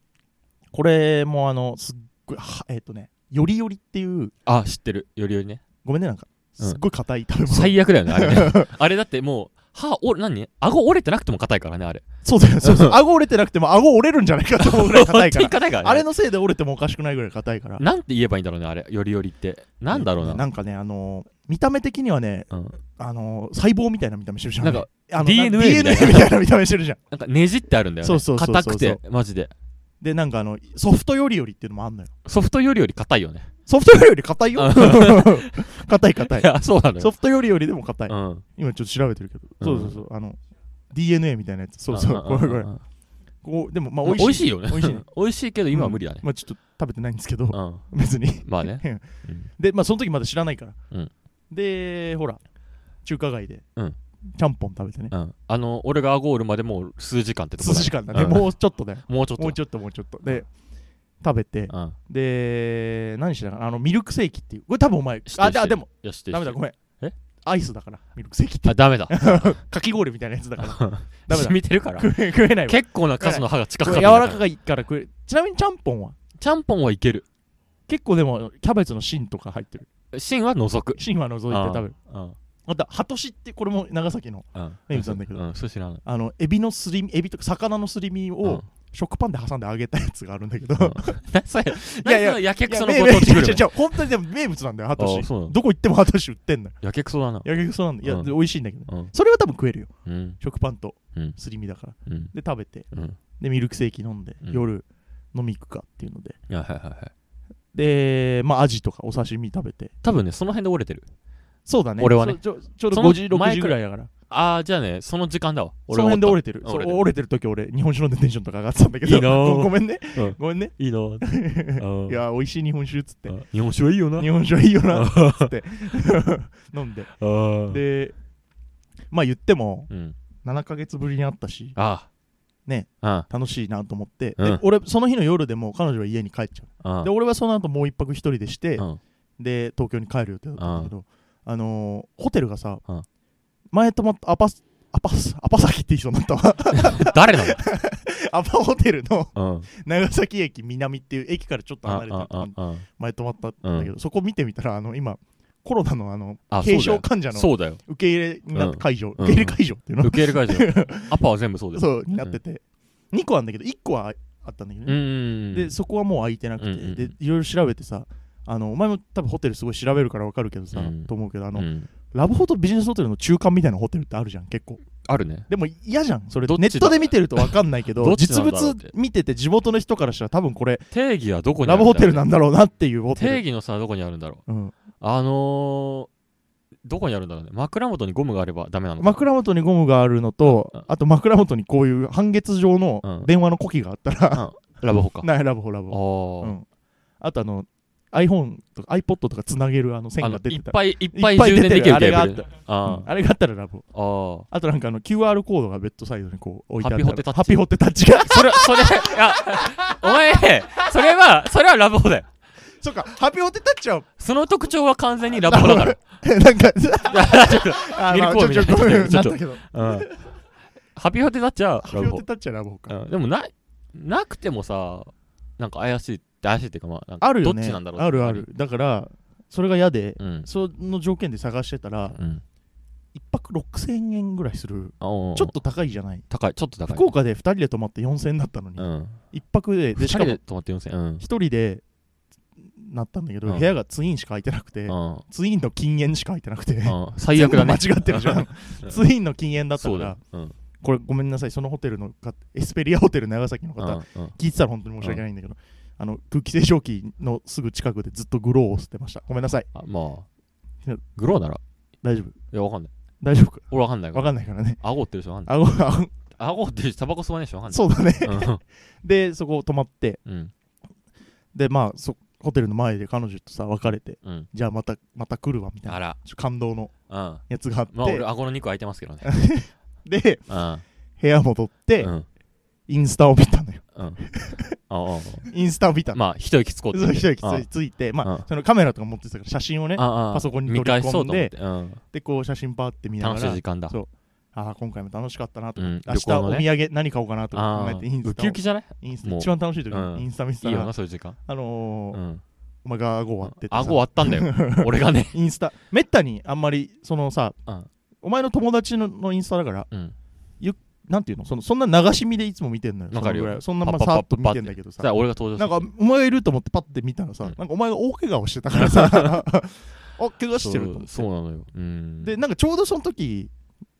Speaker 1: これもあのすっごいはえっ、とねよりよりっていう
Speaker 2: あ、知ってる。よりよりね。
Speaker 1: ごめんねなんか
Speaker 2: うん
Speaker 1: すっごい硬い食べ物、
Speaker 2: 最悪だよね、あれね。あれだってもう、歯お何顎折れてなくても硬いからねあれ
Speaker 1: そうだよ、そうそう。顎折れてなくても、顎折れるんじゃないかと思うぐらい硬いか
Speaker 2: 本当
Speaker 1: ら。
Speaker 2: に硬いからね
Speaker 1: あれのせいで折れてもおかしくないぐらい硬いから。
Speaker 2: なんて言えばいいんだろうねあれよりよりってなんだろうな
Speaker 1: なんかね、あのー見た目的にはね、
Speaker 2: うん
Speaker 1: あのー細胞みたいな見た目してるじゃん。
Speaker 2: なんか
Speaker 1: あの
Speaker 2: DNA
Speaker 1: な DNA みたいな見た目してるじゃん。
Speaker 2: なんかねじってあるんだよね
Speaker 1: そうそうそうそう
Speaker 2: 硬くてマジで
Speaker 1: で、なんかあの、ソフトよりよりっていうのもあんのよ。
Speaker 2: ソフトよりより硬いよね
Speaker 1: ソフトよりより硬 いよ。硬い硬い
Speaker 2: い。や そうなのよ
Speaker 1: ソフトよりよりでも硬い。
Speaker 2: うん
Speaker 1: 今ちょっと調べてるけど。
Speaker 2: うん
Speaker 1: そうそうそう。あの、DNA みたいなやつ。そうそ
Speaker 2: ん
Speaker 1: う。
Speaker 2: ん
Speaker 1: これこれ
Speaker 2: ん。ん
Speaker 1: こう、でもまあ
Speaker 2: まあ
Speaker 1: 美
Speaker 2: 美
Speaker 1: 味
Speaker 2: 味
Speaker 1: しい。
Speaker 2: しいよね
Speaker 1: 美味しいね
Speaker 2: 美味しいけど 今は無理だね
Speaker 1: まあちょっと食べてないんですけど、
Speaker 2: うん
Speaker 1: 別に。
Speaker 2: まあね
Speaker 1: で、まあその時まだ知らないから。
Speaker 2: うん
Speaker 1: で、ほら、中華街で、
Speaker 2: うん
Speaker 1: ちゃんぽん食べてね。
Speaker 2: うんあの俺が顎折るまでもう数時間ってと
Speaker 1: 数
Speaker 2: こだね
Speaker 1: 時間だね。
Speaker 2: うん
Speaker 1: もうちょっとだよ。
Speaker 2: もうちょっと
Speaker 1: もうちょっともうちょっと。で、食べて、
Speaker 2: うん
Speaker 1: で、何しながら、あの、ミルクセーキっていう。これ多分お前、
Speaker 2: 知ってる
Speaker 1: あ、
Speaker 2: 知っ
Speaker 1: で
Speaker 2: てる
Speaker 1: でも、
Speaker 2: よし
Speaker 1: ダメだ、ごめん。
Speaker 2: え
Speaker 1: アイスだから、ミルクセーキって
Speaker 2: あ。ダメだ
Speaker 1: かき氷みたいなや つだから。ダメだ
Speaker 2: 染。み てるから
Speaker 1: 食え食えないわ。
Speaker 2: 結構な数の歯が近
Speaker 1: こ
Speaker 2: く
Speaker 1: れ柔らかいから食えちなみにちゃんぽんは
Speaker 2: ちゃんぽんはいける
Speaker 1: 結構でもキャベツの芯とか入ってる。
Speaker 2: 芯は除く
Speaker 1: 芯は除いて食べる。
Speaker 2: うん
Speaker 1: また、ハトシってこれも長崎の、
Speaker 2: うん
Speaker 1: 名物なんだけど
Speaker 2: うんそれ知らない
Speaker 1: あの、エビのすり身、エビとか魚のすり身
Speaker 2: う
Speaker 1: を
Speaker 2: ん
Speaker 1: 食パンで挟んで揚げたやつがあるんだけど、
Speaker 2: うん 何それ
Speaker 1: いやい
Speaker 2: 何
Speaker 1: や
Speaker 2: そのやけくその
Speaker 1: い
Speaker 2: ご
Speaker 1: やいや
Speaker 2: 当地グル
Speaker 1: 違う
Speaker 2: メ
Speaker 1: 違う本当にでも名物なんだよ、ハト
Speaker 2: あ
Speaker 1: シ。
Speaker 2: そうなの
Speaker 1: どこ行ってもハトシ売ってんのよ。
Speaker 2: やけくそだな
Speaker 1: やけくそなんだ。いや、
Speaker 2: うん
Speaker 1: で美味しいんだけど。
Speaker 2: うん
Speaker 1: それは多分食えるよ。
Speaker 2: うん
Speaker 1: 食パンと
Speaker 2: うん
Speaker 1: すり身だから。
Speaker 2: うん
Speaker 1: で、食べて、
Speaker 2: うん
Speaker 1: で、ミルクセーキ飲んで、
Speaker 2: うん
Speaker 1: 夜飲み行くかっていうので。
Speaker 2: いやはいはいはい
Speaker 1: で、まあ、アジとかお刺身食べて。
Speaker 2: 多分ねその辺で折れてる
Speaker 1: そうだね。
Speaker 2: 俺はね
Speaker 1: そちょちょうど
Speaker 2: その
Speaker 1: 5時、6
Speaker 2: 前
Speaker 1: 時
Speaker 2: く
Speaker 1: ぐ
Speaker 2: ら
Speaker 1: らいだから。
Speaker 2: ああじゃあねその時間だわ
Speaker 1: その辺で折れてる。
Speaker 2: 折った
Speaker 1: そう
Speaker 2: 折れてる
Speaker 1: 折れてる時俺、日本酒飲んでテンションとか上がってたんだけど。
Speaker 2: いいな ぁ
Speaker 1: ごごめんね
Speaker 2: うん。
Speaker 1: ごめんね。
Speaker 2: いいなぁ
Speaker 1: いや、美味しい日本酒っつって。
Speaker 2: あ日本酒はいいよな
Speaker 1: 日本酒はいいよな、つって。 飲んで。
Speaker 2: あで
Speaker 1: で、まあ言っても、
Speaker 2: うん
Speaker 1: 7ヶ月ぶりに会ったし、
Speaker 2: ああ
Speaker 1: ね
Speaker 2: うん
Speaker 1: 楽しいなと思って、
Speaker 2: う
Speaker 1: で
Speaker 2: ん
Speaker 1: 俺、その日の夜でもう彼女は家に帰っちゃ
Speaker 2: う
Speaker 1: う。
Speaker 2: ん
Speaker 1: で、俺はその後もう一泊一人でして
Speaker 2: う、ん
Speaker 1: で、東京に帰る予定だったんだけど、あのー、ホテルがさ
Speaker 2: うん、
Speaker 1: 前泊まったアパス、アパス、アパ先って言いそうになったわ。
Speaker 2: 誰なの
Speaker 1: アパホテルの
Speaker 2: うん
Speaker 1: 長崎駅南っていう駅からちょっと離れ
Speaker 2: あ
Speaker 1: た
Speaker 2: ああ
Speaker 1: 前泊まったんだけど、そこ見てみたらあの今コロナのあの
Speaker 2: あ
Speaker 1: 軽症
Speaker 2: そうだよ
Speaker 1: 患者の
Speaker 2: そうだよ
Speaker 1: 受け入れになっ
Speaker 2: うん
Speaker 1: て会場、
Speaker 2: うん
Speaker 1: 受け入れ会場っていうの、
Speaker 2: 受け入れ会 場アパは全部そうだよ
Speaker 1: そうになってて、2個あるんだけど1個はあったんだけど
Speaker 2: うんう
Speaker 1: ね、
Speaker 2: んう
Speaker 1: で
Speaker 2: ん
Speaker 1: そこはもう空いてなくて、
Speaker 2: うんうん
Speaker 1: でいろいろ調べてさあのお前も多分ホテルすごい調べるから分かるけどさ、
Speaker 2: うん
Speaker 1: と思うけどあの、
Speaker 2: うん
Speaker 1: ラブホとビジネスホテルの中間みたいなホテルってあるじゃん結構
Speaker 2: あるね
Speaker 1: でも嫌じゃんそれ
Speaker 2: どっち
Speaker 1: ネ
Speaker 2: だ
Speaker 1: ットで見てると分かんないけど
Speaker 2: どっちな
Speaker 1: 実
Speaker 2: んだろう
Speaker 1: 物
Speaker 2: って
Speaker 1: 見てて地元の人からしたら多分これ
Speaker 2: 定義はどこに
Speaker 1: ラ
Speaker 2: ある
Speaker 1: ブホ
Speaker 2: んだろうね
Speaker 1: テルなんだろうなっていうホテル
Speaker 2: 定義のさどこにあるんだろう
Speaker 1: うん、
Speaker 2: あのー、どこにあるんだろうね枕元にゴムがあればダメなのかな
Speaker 1: 枕元にゴムがあるのと、
Speaker 2: うん
Speaker 1: あと枕元にこういう半月状
Speaker 2: う
Speaker 1: の
Speaker 2: ん
Speaker 1: 電話のコキがあった ら、
Speaker 2: ラブホか
Speaker 1: なラブホラブ
Speaker 2: あ
Speaker 1: ホ、う
Speaker 2: ー
Speaker 1: ん、あとあの iPhone とか iPod とかつなげるあの線
Speaker 2: あ
Speaker 1: が
Speaker 2: の
Speaker 1: 出
Speaker 2: い
Speaker 1: て
Speaker 2: ったぱいいっぱい充電できる
Speaker 1: あ
Speaker 2: ケ
Speaker 1: れがあ
Speaker 2: ー
Speaker 1: った
Speaker 2: ブルあ
Speaker 1: うんあれがあったらラブホ
Speaker 2: ーあ
Speaker 1: あとなんかあの QR コードがベッドサイドにこう置いてあっ
Speaker 2: ハピホテタ
Speaker 1: た
Speaker 2: ッチ
Speaker 1: ハピホテタッチ が
Speaker 2: ーそれそれあお前それはそれはラブホだよ
Speaker 1: そっかハピホテタッチは
Speaker 2: その特徴は完全にラブホだ から
Speaker 1: なん かあ
Speaker 2: ミルクボーイみたいになっ
Speaker 1: ち
Speaker 2: て
Speaker 1: ょ
Speaker 2: る
Speaker 1: ちょちょな
Speaker 2: ちょっ
Speaker 1: ん
Speaker 2: と
Speaker 1: だけど
Speaker 2: うんハピホテだっちゃ
Speaker 1: ハピ
Speaker 2: ラブ
Speaker 1: ホ
Speaker 2: ホ
Speaker 1: テタッチはラブホか
Speaker 2: うんでもななくてもさなんか怪しいって怪しいっていうかまあなんか
Speaker 1: あるよね
Speaker 2: どっちなんだろう
Speaker 1: あるあるだからそれが嫌で、
Speaker 2: うん
Speaker 1: その条件で探してたら
Speaker 2: うん
Speaker 1: 一泊6000円ぐらいする
Speaker 2: あおー
Speaker 1: ちょっと高いじゃない
Speaker 2: 高いちょっと高い
Speaker 1: 福岡で2人で泊まって4000円だったのに、
Speaker 2: うん
Speaker 1: 一泊で
Speaker 2: 2
Speaker 1: でし
Speaker 2: 人
Speaker 1: かも
Speaker 2: で泊まって4000うん
Speaker 1: 一人でなったんだけど、
Speaker 2: うん
Speaker 1: 部屋がツインしか空いてなくて、
Speaker 2: うん
Speaker 1: ツインの禁煙しか空いてなくて、
Speaker 2: うん最悪だね。
Speaker 1: 全部間違ってるじ ゃんツインの禁煙だった
Speaker 2: そ
Speaker 1: か
Speaker 2: うだ
Speaker 1: ら
Speaker 2: よ。うん
Speaker 1: これごめんなさいそのホテルのかエスペリアホテル長崎の方、
Speaker 2: うんうん
Speaker 1: 聞いてたら本当に申し訳ないんだけど、あの空気清浄機のすぐ近くでずっとグローを吸ってましたごめんなさい
Speaker 2: あ
Speaker 1: い
Speaker 2: ま
Speaker 1: や
Speaker 2: あ、グローなら、
Speaker 1: 大丈夫
Speaker 2: いや、わかんない。
Speaker 1: 大丈夫か
Speaker 2: 俺わかんないか
Speaker 1: わ
Speaker 2: ら。
Speaker 1: かんないからね
Speaker 2: 顎ってる人わかんない。
Speaker 1: あごあ
Speaker 2: 顎ってる人、タバコ吸わない人わかんない。
Speaker 1: そうだね
Speaker 2: う
Speaker 1: でそこ泊まって
Speaker 2: ん。うん。
Speaker 1: でまあそホテルの前で彼女とさ別れて
Speaker 2: うん。
Speaker 1: じゃあまたまた来るわみたい
Speaker 2: あ
Speaker 1: な
Speaker 2: ら。
Speaker 1: ちょ感動の
Speaker 2: うん。ま
Speaker 1: やつがあって、
Speaker 2: あ、俺、顎の肉開いてます けどね。
Speaker 1: で
Speaker 2: うん。
Speaker 1: 部屋戻って、
Speaker 2: うん。
Speaker 1: インスタを見たの よ。
Speaker 2: うん。あ
Speaker 1: インスタを見
Speaker 2: あ、
Speaker 1: たの。
Speaker 2: まあ、一息つこうって
Speaker 1: そう
Speaker 2: ね。
Speaker 1: 一息
Speaker 2: あ
Speaker 1: つついて、ま
Speaker 2: うん
Speaker 1: あ、そのカメラとか持ってたから写真をね、
Speaker 2: ああ
Speaker 1: パソコンに
Speaker 2: 見
Speaker 1: 取り込ん
Speaker 2: 返
Speaker 1: で
Speaker 2: そうと思って。うん。
Speaker 1: で、こう写真パーって見な
Speaker 2: 楽
Speaker 1: が
Speaker 2: しい
Speaker 1: ら
Speaker 2: 時、間だ。
Speaker 1: そうああ、今回も楽しかったなと
Speaker 2: う
Speaker 1: か、
Speaker 2: ん。
Speaker 1: 明
Speaker 2: 旅
Speaker 1: 日
Speaker 2: 行の
Speaker 1: お
Speaker 2: ね。
Speaker 1: 土産何買おうかなとか考えて、イン
Speaker 2: ウ
Speaker 1: ス
Speaker 2: キ
Speaker 1: タを
Speaker 2: ウキじゃない
Speaker 1: インス
Speaker 2: も
Speaker 1: タ
Speaker 2: う
Speaker 1: 一番楽しい時
Speaker 2: うん
Speaker 1: にインスタ見て
Speaker 2: い
Speaker 1: た
Speaker 2: いよ
Speaker 1: ら
Speaker 2: な、、そういう時間。
Speaker 1: あの
Speaker 2: う
Speaker 1: ー、
Speaker 2: ん。
Speaker 1: お前が顎割っててさ
Speaker 2: 顎割ったんだよ。俺がね。
Speaker 1: インスタ、めったにあんまり、そのさ
Speaker 2: うん、
Speaker 1: お前の友達ののインスタだから
Speaker 2: うん
Speaker 1: なんていうのそのそんな流し見でいつも見てんのよ
Speaker 2: わかる
Speaker 1: そ
Speaker 2: よ
Speaker 1: のぐらいそんなまあ
Speaker 2: パッパ
Speaker 1: さ
Speaker 2: ッ
Speaker 1: ーっと
Speaker 2: パッ
Speaker 1: 見てんだけど
Speaker 2: そした
Speaker 1: さ
Speaker 2: ら俺が登場
Speaker 1: なん
Speaker 2: す
Speaker 1: か
Speaker 2: る
Speaker 1: お前がいると思ってパッて見たらさ、
Speaker 2: うん
Speaker 1: なんかお前が大怪我をしてたからさ あ怪我してると思って
Speaker 2: そうそうなのようん
Speaker 1: でなんかちょうどその時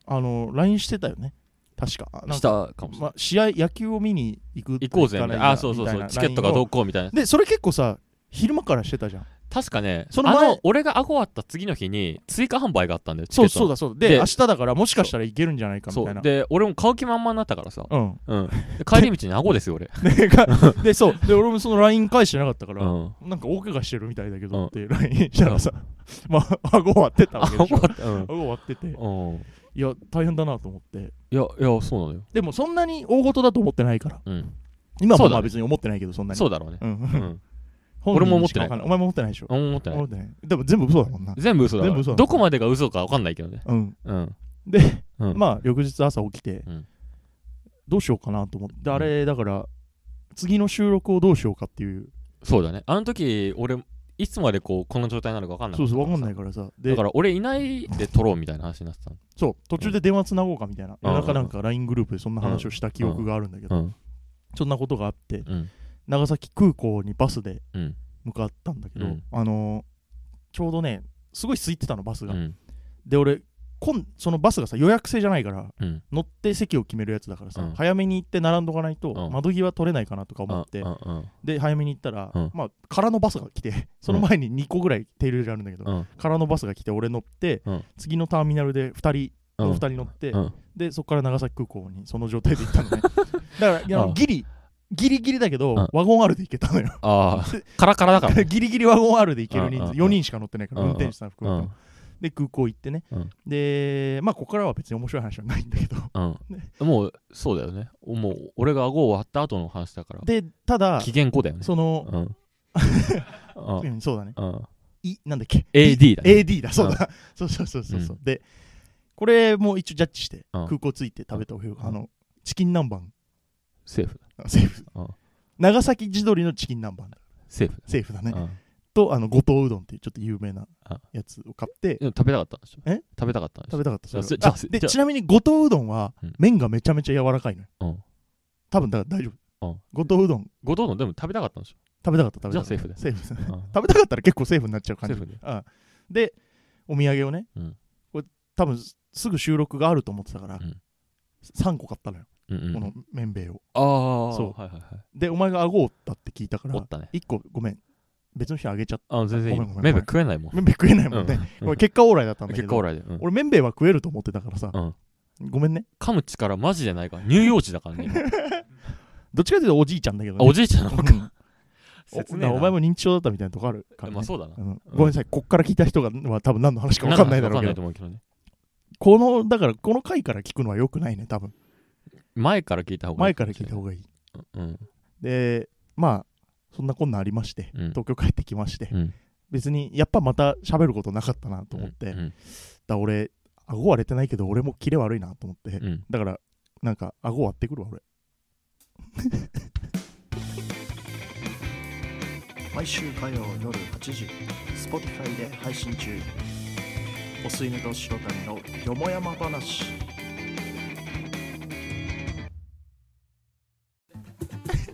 Speaker 1: あの LINE してたよね確かなんか
Speaker 2: したかもしれない
Speaker 1: まあ、試合野球を見に行く
Speaker 2: 行こうぜ
Speaker 1: 行
Speaker 2: み
Speaker 1: かな
Speaker 2: た
Speaker 1: いい
Speaker 2: なあそうそ
Speaker 1: み
Speaker 2: う
Speaker 1: た
Speaker 2: そ
Speaker 1: いな
Speaker 2: うチケットが
Speaker 1: LINE を
Speaker 2: どうこうみたいな
Speaker 1: でそれ結構さ昼間からしてたじゃん
Speaker 2: 確かね
Speaker 1: その
Speaker 2: あ
Speaker 1: 前
Speaker 2: の俺が顎あった次の日に追加販売があったんだよチケ
Speaker 1: そ
Speaker 2: ッ
Speaker 1: うそ
Speaker 2: ト
Speaker 1: う
Speaker 2: だ
Speaker 1: だそうだで
Speaker 2: で
Speaker 1: 明日だからもしかしたらいけるんじゃないかみたいな
Speaker 2: で俺も買う気満々になったからさ
Speaker 1: うん
Speaker 2: うん で帰り道に顎ですよ俺
Speaker 1: でが でそうで俺もその LINE 返してなかったか
Speaker 2: う
Speaker 1: ら、
Speaker 2: ん
Speaker 1: なんか大怪我してるみたいだけ
Speaker 2: うん
Speaker 1: どって LINE したらさ、まあ 顎割ってたわけでし
Speaker 2: 顎
Speaker 1: ょ
Speaker 2: あったうん
Speaker 1: 顎割ってて
Speaker 2: うん
Speaker 1: いや大変だなと思って
Speaker 2: いやいやそうなのよ
Speaker 1: でもそんなに大事だと思ってないから
Speaker 2: うん
Speaker 1: 今
Speaker 2: そ
Speaker 1: も
Speaker 2: うだ
Speaker 1: ま
Speaker 2: ね
Speaker 1: あ別に思ってないけどそんなに
Speaker 2: そうだろうね
Speaker 1: う、ん、
Speaker 2: うん
Speaker 1: 本
Speaker 2: 俺も
Speaker 1: 人
Speaker 2: 思
Speaker 1: に
Speaker 2: っ
Speaker 1: してか
Speaker 2: ない
Speaker 1: わかんないお前も思ってないでしょ
Speaker 2: 思ってない
Speaker 1: 思ってないでも全部嘘だもんな
Speaker 2: 全部嘘だ
Speaker 1: 全部嘘だ
Speaker 2: どこまでが嘘か分かんないけどね
Speaker 1: うん
Speaker 2: うん
Speaker 1: で、
Speaker 2: うん
Speaker 1: まあ翌日朝起きて、
Speaker 2: うん
Speaker 1: どうしようかなと思ってであれだから次の収録をどうしようかっていう
Speaker 2: そうだねあの時俺いつまでこうこの状態なのか分かんない
Speaker 1: そうそう分かんない
Speaker 2: か
Speaker 1: からさ
Speaker 2: ら
Speaker 1: で
Speaker 2: だから俺いないで撮ろうみたいな話になってたの
Speaker 1: そう途中で電話つなごうかみたいな、
Speaker 2: うん
Speaker 1: 夜中なんか LINE グループでそんな話をした記憶があるんだけど、
Speaker 2: うん
Speaker 1: そんなことがあって
Speaker 2: うん
Speaker 1: 長崎空港にバスで
Speaker 2: うん
Speaker 1: 向かったんだけど、
Speaker 2: うん
Speaker 1: あのーちょうどねすごい空いてたのバス
Speaker 2: う
Speaker 1: が、
Speaker 2: ん
Speaker 1: で俺こんそのバスがさ予約制じゃないから
Speaker 2: うん
Speaker 1: 乗って席を決めるやつだからさ、
Speaker 2: うん
Speaker 1: 早めに行って並んどかないと
Speaker 2: うん
Speaker 1: 窓際取れないかなとか
Speaker 2: う
Speaker 1: 思
Speaker 2: ん
Speaker 1: って、
Speaker 2: うんうん
Speaker 1: で早めに行ったら、
Speaker 2: うん
Speaker 1: まあ空のバスが来てその前に2個ぐらい停留所あるんだけど、
Speaker 2: うん
Speaker 1: 空のバスが来て俺乗って、
Speaker 2: うん
Speaker 1: 次のターミナルで2人
Speaker 2: う
Speaker 1: お
Speaker 2: ん
Speaker 1: 二人乗って、
Speaker 2: うん
Speaker 1: でそこから長崎空港にその状態で行ったの ねだからいや
Speaker 2: うん
Speaker 1: ギリギリギリだけど、
Speaker 2: うん
Speaker 1: ワゴン R で行けたのよ
Speaker 2: ああカラカラだからね
Speaker 1: ギリギリワゴン R で行ける人
Speaker 2: うんうん
Speaker 1: 数4人しか乗ってないから、
Speaker 2: うん
Speaker 1: 運転手さん含
Speaker 2: う
Speaker 1: めても、
Speaker 2: ん
Speaker 1: で空港行ってね、
Speaker 2: うん
Speaker 1: でまあここからは別に面白い話はないんだけど
Speaker 2: うんもうそうだよねもう俺が顎を割った後の話だから
Speaker 1: でただ
Speaker 2: 期限後だよね
Speaker 1: その、
Speaker 2: うん う
Speaker 1: う
Speaker 2: ん
Speaker 1: んそうだね
Speaker 2: うん
Speaker 1: いなんだっけ
Speaker 2: AD だね
Speaker 1: AD だそうだ、 そうそうそうそうそう、でこれも一応ジャッジして、
Speaker 2: うん
Speaker 1: 空港着いて食べたお昼、
Speaker 2: ん
Speaker 1: あのチキン南蛮
Speaker 2: セーフだ
Speaker 1: あセーフ、
Speaker 2: うん
Speaker 1: 長崎地鶏のチキン南蛮だ
Speaker 2: セーフ
Speaker 1: セーフだね、
Speaker 2: だうん
Speaker 1: とあの五島うどんっていうちょっと有名なやつを買って
Speaker 2: でも食べたかったんでしょ
Speaker 1: え
Speaker 2: 食べたかったんでし
Speaker 1: 食
Speaker 2: ょ
Speaker 1: べたかったそれは
Speaker 2: じゃあ
Speaker 1: あ
Speaker 2: じゃあ
Speaker 1: で
Speaker 2: じゃあ
Speaker 1: ちなみに五島うどんは
Speaker 2: うん
Speaker 1: 麺がめちゃめちゃ柔らかいのよ、
Speaker 2: うん
Speaker 1: 多分だから大丈
Speaker 2: う
Speaker 1: 夫
Speaker 2: ん
Speaker 1: 五島うどん
Speaker 2: ごどうのでも食べたかったんでし
Speaker 1: 食べたかった食べたかった
Speaker 2: じゃあセーフだ
Speaker 1: セーフですね
Speaker 2: ょうん
Speaker 1: 食べたかったら結構セーフになっちゃう感
Speaker 2: セ
Speaker 1: じ
Speaker 2: ーフで
Speaker 1: うんでお土産をね、
Speaker 2: うん
Speaker 1: これ多分すすぐ収録があると思ってたから、
Speaker 2: ん
Speaker 1: 3個買ったのよ、
Speaker 2: うんうん
Speaker 1: この麺べいを
Speaker 2: ああ
Speaker 1: そう
Speaker 2: はいはいはい
Speaker 1: でお前が顎を折ったって聞いたか
Speaker 2: お
Speaker 1: ら
Speaker 2: ったね
Speaker 1: 1個ごめん別の人あげちゃった
Speaker 2: あ全然いい
Speaker 1: ごめんごめん
Speaker 2: 麺べ食えないもん
Speaker 1: 麺べい食えないもんね、
Speaker 2: うん
Speaker 1: これ結果オーライだったんだけ
Speaker 2: 結
Speaker 1: ど
Speaker 2: 果オーライでうん
Speaker 1: 俺麺べいは食えると思ってたからさ、
Speaker 2: うん
Speaker 1: ごめんね
Speaker 2: 噛む力マジでないから乳幼児だからね今あ
Speaker 1: どっちかというとおじいちゃんだけどね
Speaker 2: おじいちゃん なの
Speaker 1: うん
Speaker 2: 切
Speaker 1: お
Speaker 2: ねえ
Speaker 1: な
Speaker 2: な
Speaker 1: お前も認知症だったみたいなとこあるから、ね
Speaker 2: まあそうだな
Speaker 1: うんごめんなさい、こっから聞いた人がは多分何の話か分かんないだろうけ
Speaker 2: わ
Speaker 1: ど
Speaker 2: かんないと思うけどね
Speaker 1: このだからこの回から聞くのはよくないね多分
Speaker 2: 前から聞いた方がい
Speaker 1: 前
Speaker 2: い
Speaker 1: から聞いた方がいい
Speaker 2: うん
Speaker 1: でまあそんなこんなありまして、
Speaker 2: うん
Speaker 1: 東京帰ってきまして、
Speaker 2: うん
Speaker 1: 別にやっぱまた喋ることなかったなと思って、
Speaker 2: う
Speaker 1: だか
Speaker 2: ん
Speaker 1: ら俺顎割れてないけど俺もキレ悪いなと思って、
Speaker 2: うん
Speaker 1: だからなんか顎割ってくるわ俺
Speaker 3: 毎週火曜夜8時 Spotify で配信中お吸い寝と白谷のよもやま話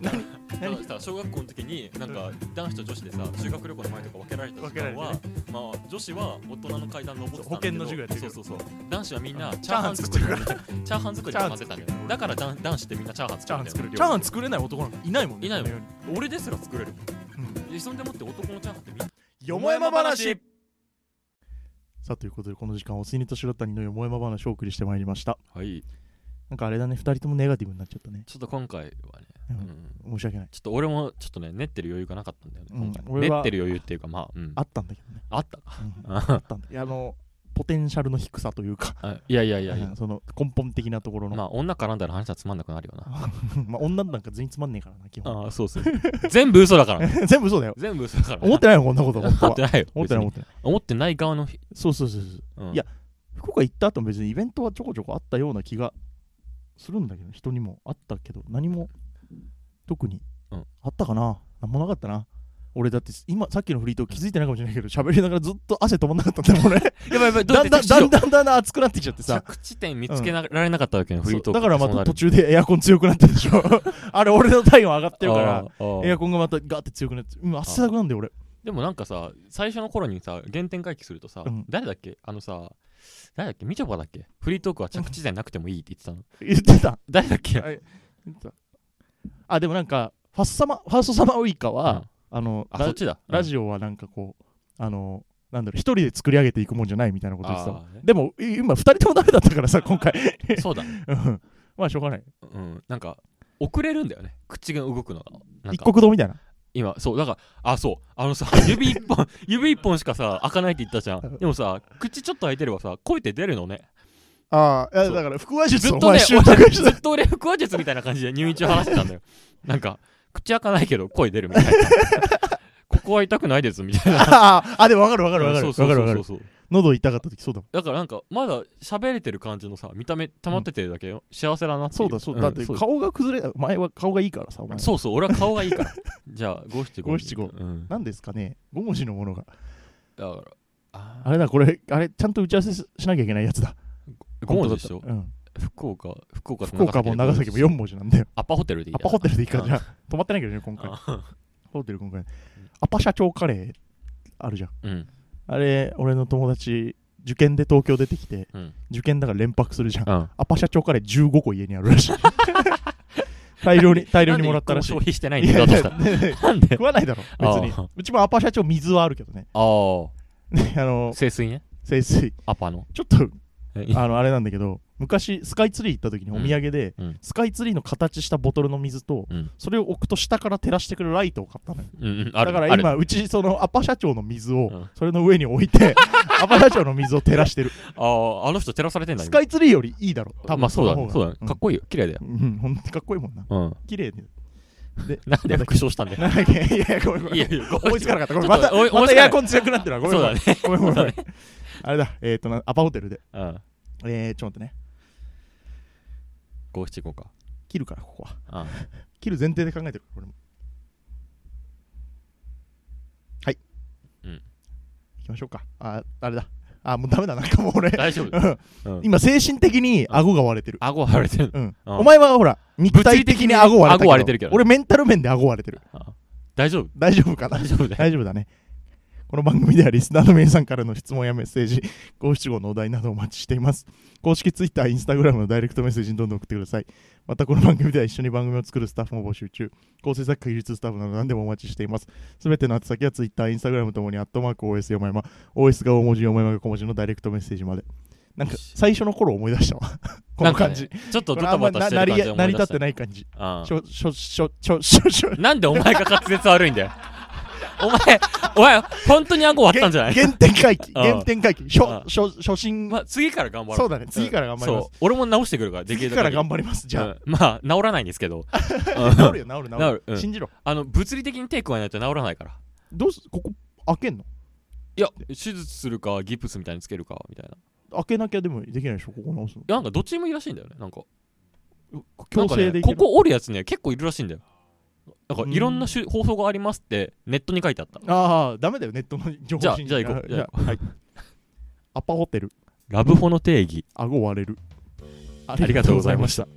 Speaker 2: だからさ小学校の時になんか男子と女子でさ修学旅行の前とか分けられた時間は、
Speaker 1: 分
Speaker 2: まあ女子は大人の階段登ってたんだけど
Speaker 1: そう保健の授業やってる
Speaker 2: そうそうそう男子はみんな
Speaker 1: うん
Speaker 2: チャーハン作る
Speaker 1: チャー
Speaker 2: チャーハン作りに混ぜたんだよだからだん男子ってみんなチャーハン作るんだよ
Speaker 1: チャーハン作れない男なんかいないもんね
Speaker 2: いないもん
Speaker 1: この世に
Speaker 2: 俺ですら作れるでそんでもって男のチャーハンってみんな
Speaker 1: よもやま話さあということでこの時間おすにと白谷のよもやま話をお送りしてまいりました
Speaker 2: はい
Speaker 1: なんかあれだね2人ともネガティブになっちゃったね
Speaker 2: ちょっと今回はね、
Speaker 1: う
Speaker 2: うんん
Speaker 1: 申し訳ない
Speaker 2: ちょっと俺もちょっとね練ってる余裕がなかったんだよね、
Speaker 1: うん
Speaker 2: 今回
Speaker 1: 俺
Speaker 2: 練
Speaker 1: は
Speaker 2: ってる余裕っていうかまあ、うん、
Speaker 1: あったんだけどね、
Speaker 2: あったか
Speaker 1: うん
Speaker 2: あ
Speaker 1: あったんだいやあのポテンシャルの低さというか
Speaker 2: いやいやいやいや、
Speaker 1: うんその根本的なところの
Speaker 2: まあ女絡んだら話はつまんなくなるよな
Speaker 1: まあ女なんか全員つまんねえからな、基本。
Speaker 2: ああそうそう全部嘘だからね
Speaker 1: 全部そうだよ。
Speaker 2: 全部嘘だからね
Speaker 1: 思ってないよ、こんなこと。本当は
Speaker 2: 思ってないよ
Speaker 1: 思ってない、思ってない。
Speaker 2: 別に思ってない側の日、
Speaker 1: そうそうそうそう。
Speaker 2: うん
Speaker 1: いや福岡行った後も別にイベントはちょこちょこあったような気がするんだけど、人にもあったけど、何も特に
Speaker 2: うん
Speaker 1: あったかな。なんもなかったな。俺だって今さっきのフリートーク気づいてないかもしれないけど喋りながらずっと汗止まんなかったんだもんね
Speaker 2: やばいやばい、 どうや
Speaker 1: だんだん
Speaker 2: って着地し
Speaker 1: だ
Speaker 2: よ
Speaker 1: ん
Speaker 2: う
Speaker 1: だんだんだん熱くなってきちゃってさ
Speaker 2: 着地点見つけなられなかったわけね、フリートーク
Speaker 1: だからま
Speaker 2: そう
Speaker 1: た
Speaker 2: なる
Speaker 1: 途中でエアコン強くなったでしょ あれ俺の体温上がってるから
Speaker 2: あーあー
Speaker 1: エアコンがまたガーって強くなって今汗だくなんだよ俺
Speaker 2: でもなんかさ最初の頃にさ原点回帰するとさ、
Speaker 1: うん
Speaker 2: 誰だっけあのさ誰だっけみちょぱだっけフリートークは着地点なくてもいいって言ってたの
Speaker 1: 言ってた
Speaker 2: 誰だっけ、
Speaker 1: ああでもなんかファッサマファーストサマーウイカ
Speaker 2: うん
Speaker 1: は、あの
Speaker 2: あ
Speaker 1: ラ
Speaker 2: そっちだ
Speaker 1: ラジオはなんかこうあのなんだろう一人で作り上げていくもんじゃないみたいな
Speaker 2: オ
Speaker 1: こと言ってたわでもい今二人ともダメだったからさ今回
Speaker 2: そうだ、
Speaker 1: うんまあしょうがない
Speaker 2: うん、なんか遅れるんだよね口が動くのがなん
Speaker 1: 一
Speaker 2: か
Speaker 1: 国堂みたいな
Speaker 2: 今そうだからあそうあのさ 指一本指一本しかさ開かないって言ったじゃんでもさ口ちょっと開いてればさ声って出るのね
Speaker 1: ああ
Speaker 2: そう
Speaker 1: だから腹話
Speaker 2: ず
Speaker 1: 術
Speaker 2: っ
Speaker 1: をお
Speaker 2: とね
Speaker 1: 前習得し
Speaker 2: ず
Speaker 1: て
Speaker 2: っと俺腹話術みたいな感じで入院中話してたんだよ なんか口開かないけど声出るみたいな ここは痛くないですみたいな
Speaker 1: あーあでも分かる分かる分かる
Speaker 2: そうそ
Speaker 1: 分
Speaker 2: う
Speaker 1: かる
Speaker 2: そう
Speaker 1: 分か
Speaker 2: そ
Speaker 1: る
Speaker 2: うそう
Speaker 1: 喉痛かった時そうだもん
Speaker 2: だからなんかまだ喋れてる感じのさ見た目溜まっててるだけよ、幸せだなってい
Speaker 1: そうだそうだ
Speaker 2: ん
Speaker 1: だって
Speaker 2: そう
Speaker 1: 顔が崩れ前は顔がいいからさお前
Speaker 2: そうそう俺は顔がいいから じゃあ五七五
Speaker 1: 五七五
Speaker 2: うんだ
Speaker 1: なんですかね5文字のものが
Speaker 2: からあ
Speaker 1: あれだこれあれちゃんと打ち合わせしなきゃいけないや つだ
Speaker 2: 5文字でしょ
Speaker 1: うん
Speaker 2: 福岡福岡と
Speaker 1: 福岡も長崎も4文字なんだよ
Speaker 2: アパホテルでいい
Speaker 1: アパホテルでいいかじゃあ止まってないけどね今回ホテル今回アパ社長カレーあるじゃん
Speaker 2: ルうん
Speaker 1: あれ俺の友達受験で東京出てきて
Speaker 2: うん
Speaker 1: 受験だから連泊するじゃん
Speaker 2: うん
Speaker 1: アパ社長カレー15個家にあるら しい大量に大量にもらったらしい
Speaker 2: なんで一個も消費してないん
Speaker 1: いや
Speaker 2: だ
Speaker 1: い
Speaker 2: と
Speaker 1: や
Speaker 2: したら
Speaker 1: ね
Speaker 2: なんで
Speaker 1: 食わないだろ別に
Speaker 2: あー
Speaker 1: うちもアパ社長水はあるけどね
Speaker 2: ああ
Speaker 1: あの
Speaker 2: 清水ね
Speaker 1: 清水
Speaker 2: アパの
Speaker 1: ちょっと
Speaker 2: え
Speaker 1: あのあれなんだけど昔スカイツリー行った時にお土産で、
Speaker 2: うんうん
Speaker 1: スカイツリーの形したボトルの水と、
Speaker 2: うん
Speaker 1: それを置くと下から照らしてくるライトを買ったのよ
Speaker 2: うんうんあ
Speaker 1: だ
Speaker 2: る
Speaker 1: から
Speaker 2: ある
Speaker 1: 今うちそのアパ社長の水を、
Speaker 2: うん
Speaker 1: それの上に置いて アパ社長の水を照ら してる
Speaker 2: あああの人照らされてんだ
Speaker 1: スカイツリーよりいいだろ多分
Speaker 2: まあそうだ
Speaker 1: の方
Speaker 2: ね
Speaker 1: が
Speaker 2: そうだね
Speaker 1: うん
Speaker 2: かっこいいよ綺麗だよ
Speaker 1: うんほんとかっこいいもんな
Speaker 2: うん
Speaker 1: 綺麗で
Speaker 2: なんで復唱したんだよ
Speaker 1: なんだっけいやごめんごめん
Speaker 2: いやいや、
Speaker 1: 追いつかなかったごめん
Speaker 2: ちょ
Speaker 1: ま
Speaker 2: っと
Speaker 1: た
Speaker 2: 追い追
Speaker 1: ま
Speaker 2: い
Speaker 1: た
Speaker 2: つか
Speaker 1: エ
Speaker 2: ない
Speaker 1: アコン強くなってるわごめん
Speaker 2: そう
Speaker 1: ご
Speaker 2: だ
Speaker 1: めん
Speaker 2: ね。
Speaker 1: ごめんごめんごめん
Speaker 2: そ
Speaker 1: あれだえっ、となアパホテルで
Speaker 2: うん。
Speaker 1: えー、ちょっと待ってね
Speaker 2: 五七五か。
Speaker 1: 切るからここは
Speaker 2: あ
Speaker 1: 切る前提で考えてる俺もはい
Speaker 2: うん
Speaker 1: 行きましょうかああれだあもうダメだなん かもう俺
Speaker 2: 大丈夫。
Speaker 1: うん
Speaker 2: うん
Speaker 1: 今精神的に顎が割れてる
Speaker 2: 顎割れてる。
Speaker 1: うん、
Speaker 2: うん
Speaker 1: お前はほら肉体的に顎割れたけど
Speaker 2: 顎割れてるけどね
Speaker 1: 俺メンタル面で顎割れてる
Speaker 2: あ大丈夫。
Speaker 1: 大丈夫かな
Speaker 2: 大丈夫だよ。
Speaker 1: 大丈夫だねこの番組ではリスナーの皆さんからの質問やメッセージ 五七五のお題などお待ちしています公式 Twitter、Instagram のダイレクトメッセージにどんどん送ってくださいまたこの番組では一緒に番組を作るスタッフも募集中構成作家技術スタッフなど何でもお待ちしていますすべての宛先は Twitter、Instagram ともにアットマーク OS よまやま OS が大文字よまやまが小文字のダイレクトメッセージまでなんか最初の頃思い出したわ こ
Speaker 2: な
Speaker 1: の
Speaker 2: んか
Speaker 1: 感
Speaker 2: ね
Speaker 1: じ、
Speaker 2: ちょっと
Speaker 1: こ
Speaker 2: ド
Speaker 1: れあ
Speaker 2: タ
Speaker 1: んま
Speaker 2: バタ
Speaker 1: な
Speaker 2: して
Speaker 1: 成
Speaker 2: る
Speaker 1: り
Speaker 2: 感じで思
Speaker 1: 成り
Speaker 2: い
Speaker 1: 立
Speaker 2: 出し
Speaker 1: って
Speaker 2: た。
Speaker 1: ない感じ
Speaker 2: あ
Speaker 1: しょしょしょしょしょしょ
Speaker 2: なんでお前が滑舌悪いんだよ。お前、お前、本当に顎割ったんじゃない
Speaker 1: 原点回帰
Speaker 2: うん
Speaker 1: 原点回帰
Speaker 2: うん
Speaker 1: 初初初心
Speaker 2: まあ次から頑張ろう。
Speaker 1: そうだね次から頑張ります
Speaker 2: そう。俺も直してくるから、でき
Speaker 1: 次
Speaker 2: る
Speaker 1: から
Speaker 2: だけ。
Speaker 1: 頑張りますじゃ
Speaker 2: うんまあ、治らないんですけど。
Speaker 1: あ 治るよ治る治
Speaker 2: 治
Speaker 1: る
Speaker 2: るうん
Speaker 1: 信じろ
Speaker 2: あの、物理的に手加えないと治らないから。
Speaker 1: どうすここ開けんの
Speaker 2: いや、手術するか、ギプスみたいにつけるか、みたいな。
Speaker 1: 開けなきゃでもできないでしょここ直すの
Speaker 2: なんかどっちでもいいらしいんだよね。なんか。
Speaker 1: 強制でいけ
Speaker 2: なんかね、こ
Speaker 1: る
Speaker 2: こ折るやつね結構いるらしいんだよなんかいろんな種放送がありますってネットに書いてあった
Speaker 1: ああダメだよネットの情
Speaker 2: じゃ
Speaker 1: 報
Speaker 2: あ
Speaker 1: 信
Speaker 2: じゃあ行こう
Speaker 1: じゃあはいアパホテル
Speaker 2: ラブホの定義
Speaker 1: 顎割れるあ
Speaker 2: ありがとうございました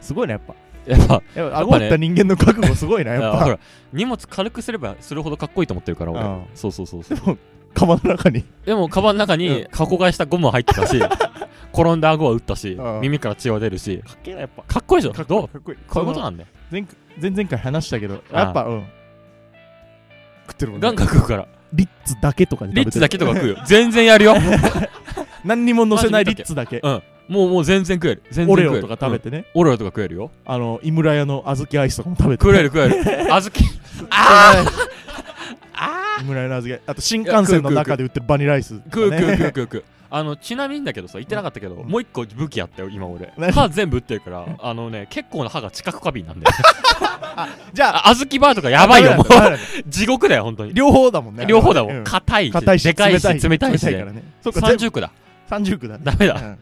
Speaker 1: すごいなやっぱ
Speaker 2: やっぱ
Speaker 1: やっぱ
Speaker 2: やっ
Speaker 1: 顎
Speaker 2: ぱ
Speaker 1: 割
Speaker 2: ね
Speaker 1: った人間の覚悟すごいなやっ
Speaker 2: あほ
Speaker 1: ぱ
Speaker 2: ら荷物軽くすればするほどかっこいいと思ってるから俺
Speaker 1: うん
Speaker 2: そうそうそうそ
Speaker 1: で
Speaker 2: う
Speaker 1: も釜の中に
Speaker 2: でもカバンの中に加工買いしたゴムは入ってた し転んだ顎は打ったし
Speaker 1: うん
Speaker 2: 耳から血は出るし
Speaker 1: かっけえなやっぱ
Speaker 2: かっこいいじゃん
Speaker 1: かっ
Speaker 2: ど
Speaker 1: こいいうかっこいい
Speaker 2: こういうことなんだよ
Speaker 1: 前回前々回話したけどやっぱうん食ってるもん
Speaker 2: ガ
Speaker 1: ね
Speaker 2: ンガン食うから
Speaker 1: リッツだけとかで食べて
Speaker 2: リ
Speaker 1: る
Speaker 2: ッツだけとか食うよ 全然やるよ
Speaker 1: 何にも乗せないリッツだけ
Speaker 2: もうもう全然食える全然
Speaker 1: オ
Speaker 2: 食え
Speaker 1: レ
Speaker 2: る
Speaker 1: オとか食べ
Speaker 2: うん
Speaker 1: てね
Speaker 2: オレオとか食えるよ
Speaker 1: あの井村屋の小豆アイスとかも食べて
Speaker 2: 食える食 える小豆
Speaker 1: あ あ井村屋の小豆アイスあと新幹線の中で売ってるバニラアイスとか
Speaker 2: 食う
Speaker 1: ね
Speaker 2: 食う食う食う食うあのちなみにだけどさ言ってなかったけど、
Speaker 1: うん
Speaker 2: もう一個武器あったよ今俺
Speaker 1: 何
Speaker 2: 歯全部打ってる からあのね結構な歯が知覚過敏なんで
Speaker 1: じゃあ、
Speaker 2: あ小豆バーとかやばいよも
Speaker 1: ダメなんだダメ
Speaker 2: う
Speaker 1: なんだ
Speaker 2: 地獄だよ本当に
Speaker 1: 両方だもんね。
Speaker 2: 両方だも
Speaker 1: うん
Speaker 2: ん硬いし
Speaker 1: 硬いし、
Speaker 2: でかいし
Speaker 1: 冷たい
Speaker 2: 冷たいし
Speaker 1: か
Speaker 2: で
Speaker 1: らね。そっか、
Speaker 2: 30区だ
Speaker 1: 30区だね。
Speaker 2: ダメだ
Speaker 1: うん
Speaker 2: う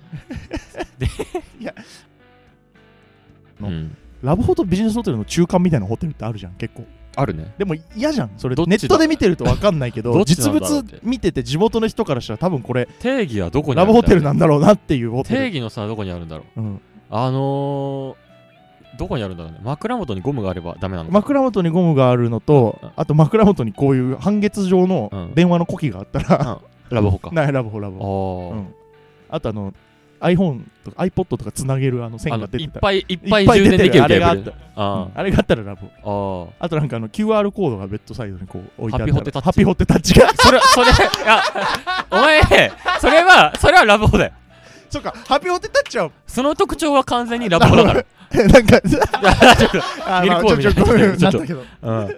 Speaker 1: うん
Speaker 2: ん
Speaker 1: ラブホとビジネスホテルの中間みたいなホテルってあるじゃん、結構。
Speaker 2: あるね
Speaker 1: でも嫌じゃん、それ。
Speaker 2: どっち
Speaker 1: ネ
Speaker 2: だ
Speaker 1: ットで見てると分かんないけ
Speaker 2: ど
Speaker 1: ど、
Speaker 2: っちな
Speaker 1: 実
Speaker 2: んだろう
Speaker 1: 物
Speaker 2: って
Speaker 1: 見てて地元の人からしたら多分これ、
Speaker 2: 定義はどこにあ
Speaker 1: ラ
Speaker 2: る
Speaker 1: ブ
Speaker 2: んだろ
Speaker 1: ホ
Speaker 2: う
Speaker 1: テルなんだろうなっていうホテル。
Speaker 2: 定義のさどこにあるんだろう
Speaker 1: うん、
Speaker 2: あのー、どこにあるんだろうね枕元にゴムがあればダメなのか
Speaker 1: 枕元にゴムがあるのと
Speaker 2: うん、
Speaker 1: あと枕元にこういう半月状
Speaker 2: う
Speaker 1: の
Speaker 2: ん
Speaker 1: 電話のコキがあったら、
Speaker 2: ラブホか
Speaker 1: ないラブホラブ
Speaker 2: あ
Speaker 1: ホ。う
Speaker 2: ー
Speaker 1: んあとあの、iPhone とか iPod とかつなげるあの線
Speaker 2: あ
Speaker 1: が
Speaker 2: の
Speaker 1: 出
Speaker 2: い
Speaker 1: て。
Speaker 2: ったぱいいっぱい充電できる
Speaker 1: あれがあ
Speaker 2: テ
Speaker 1: っ
Speaker 2: ーブ
Speaker 1: た
Speaker 2: ル。あ
Speaker 1: あれがあったらラブホ。
Speaker 2: ーあー
Speaker 1: あとなんかあの QR コードがベッドサイドにこう置いてあったら
Speaker 2: ハピホテタッチ
Speaker 1: ハピホテタッチが
Speaker 2: それそれあお前それはそれはラブホだよ
Speaker 1: そっかハピホテタッチは
Speaker 2: その特徴は完全にラブホだから
Speaker 1: なんかあ
Speaker 2: ミルクボーイみ
Speaker 1: ち
Speaker 2: たいになってる
Speaker 1: ょっとごめん
Speaker 2: ち
Speaker 1: な
Speaker 2: ょっ
Speaker 1: ん
Speaker 2: と
Speaker 1: だけど
Speaker 2: うん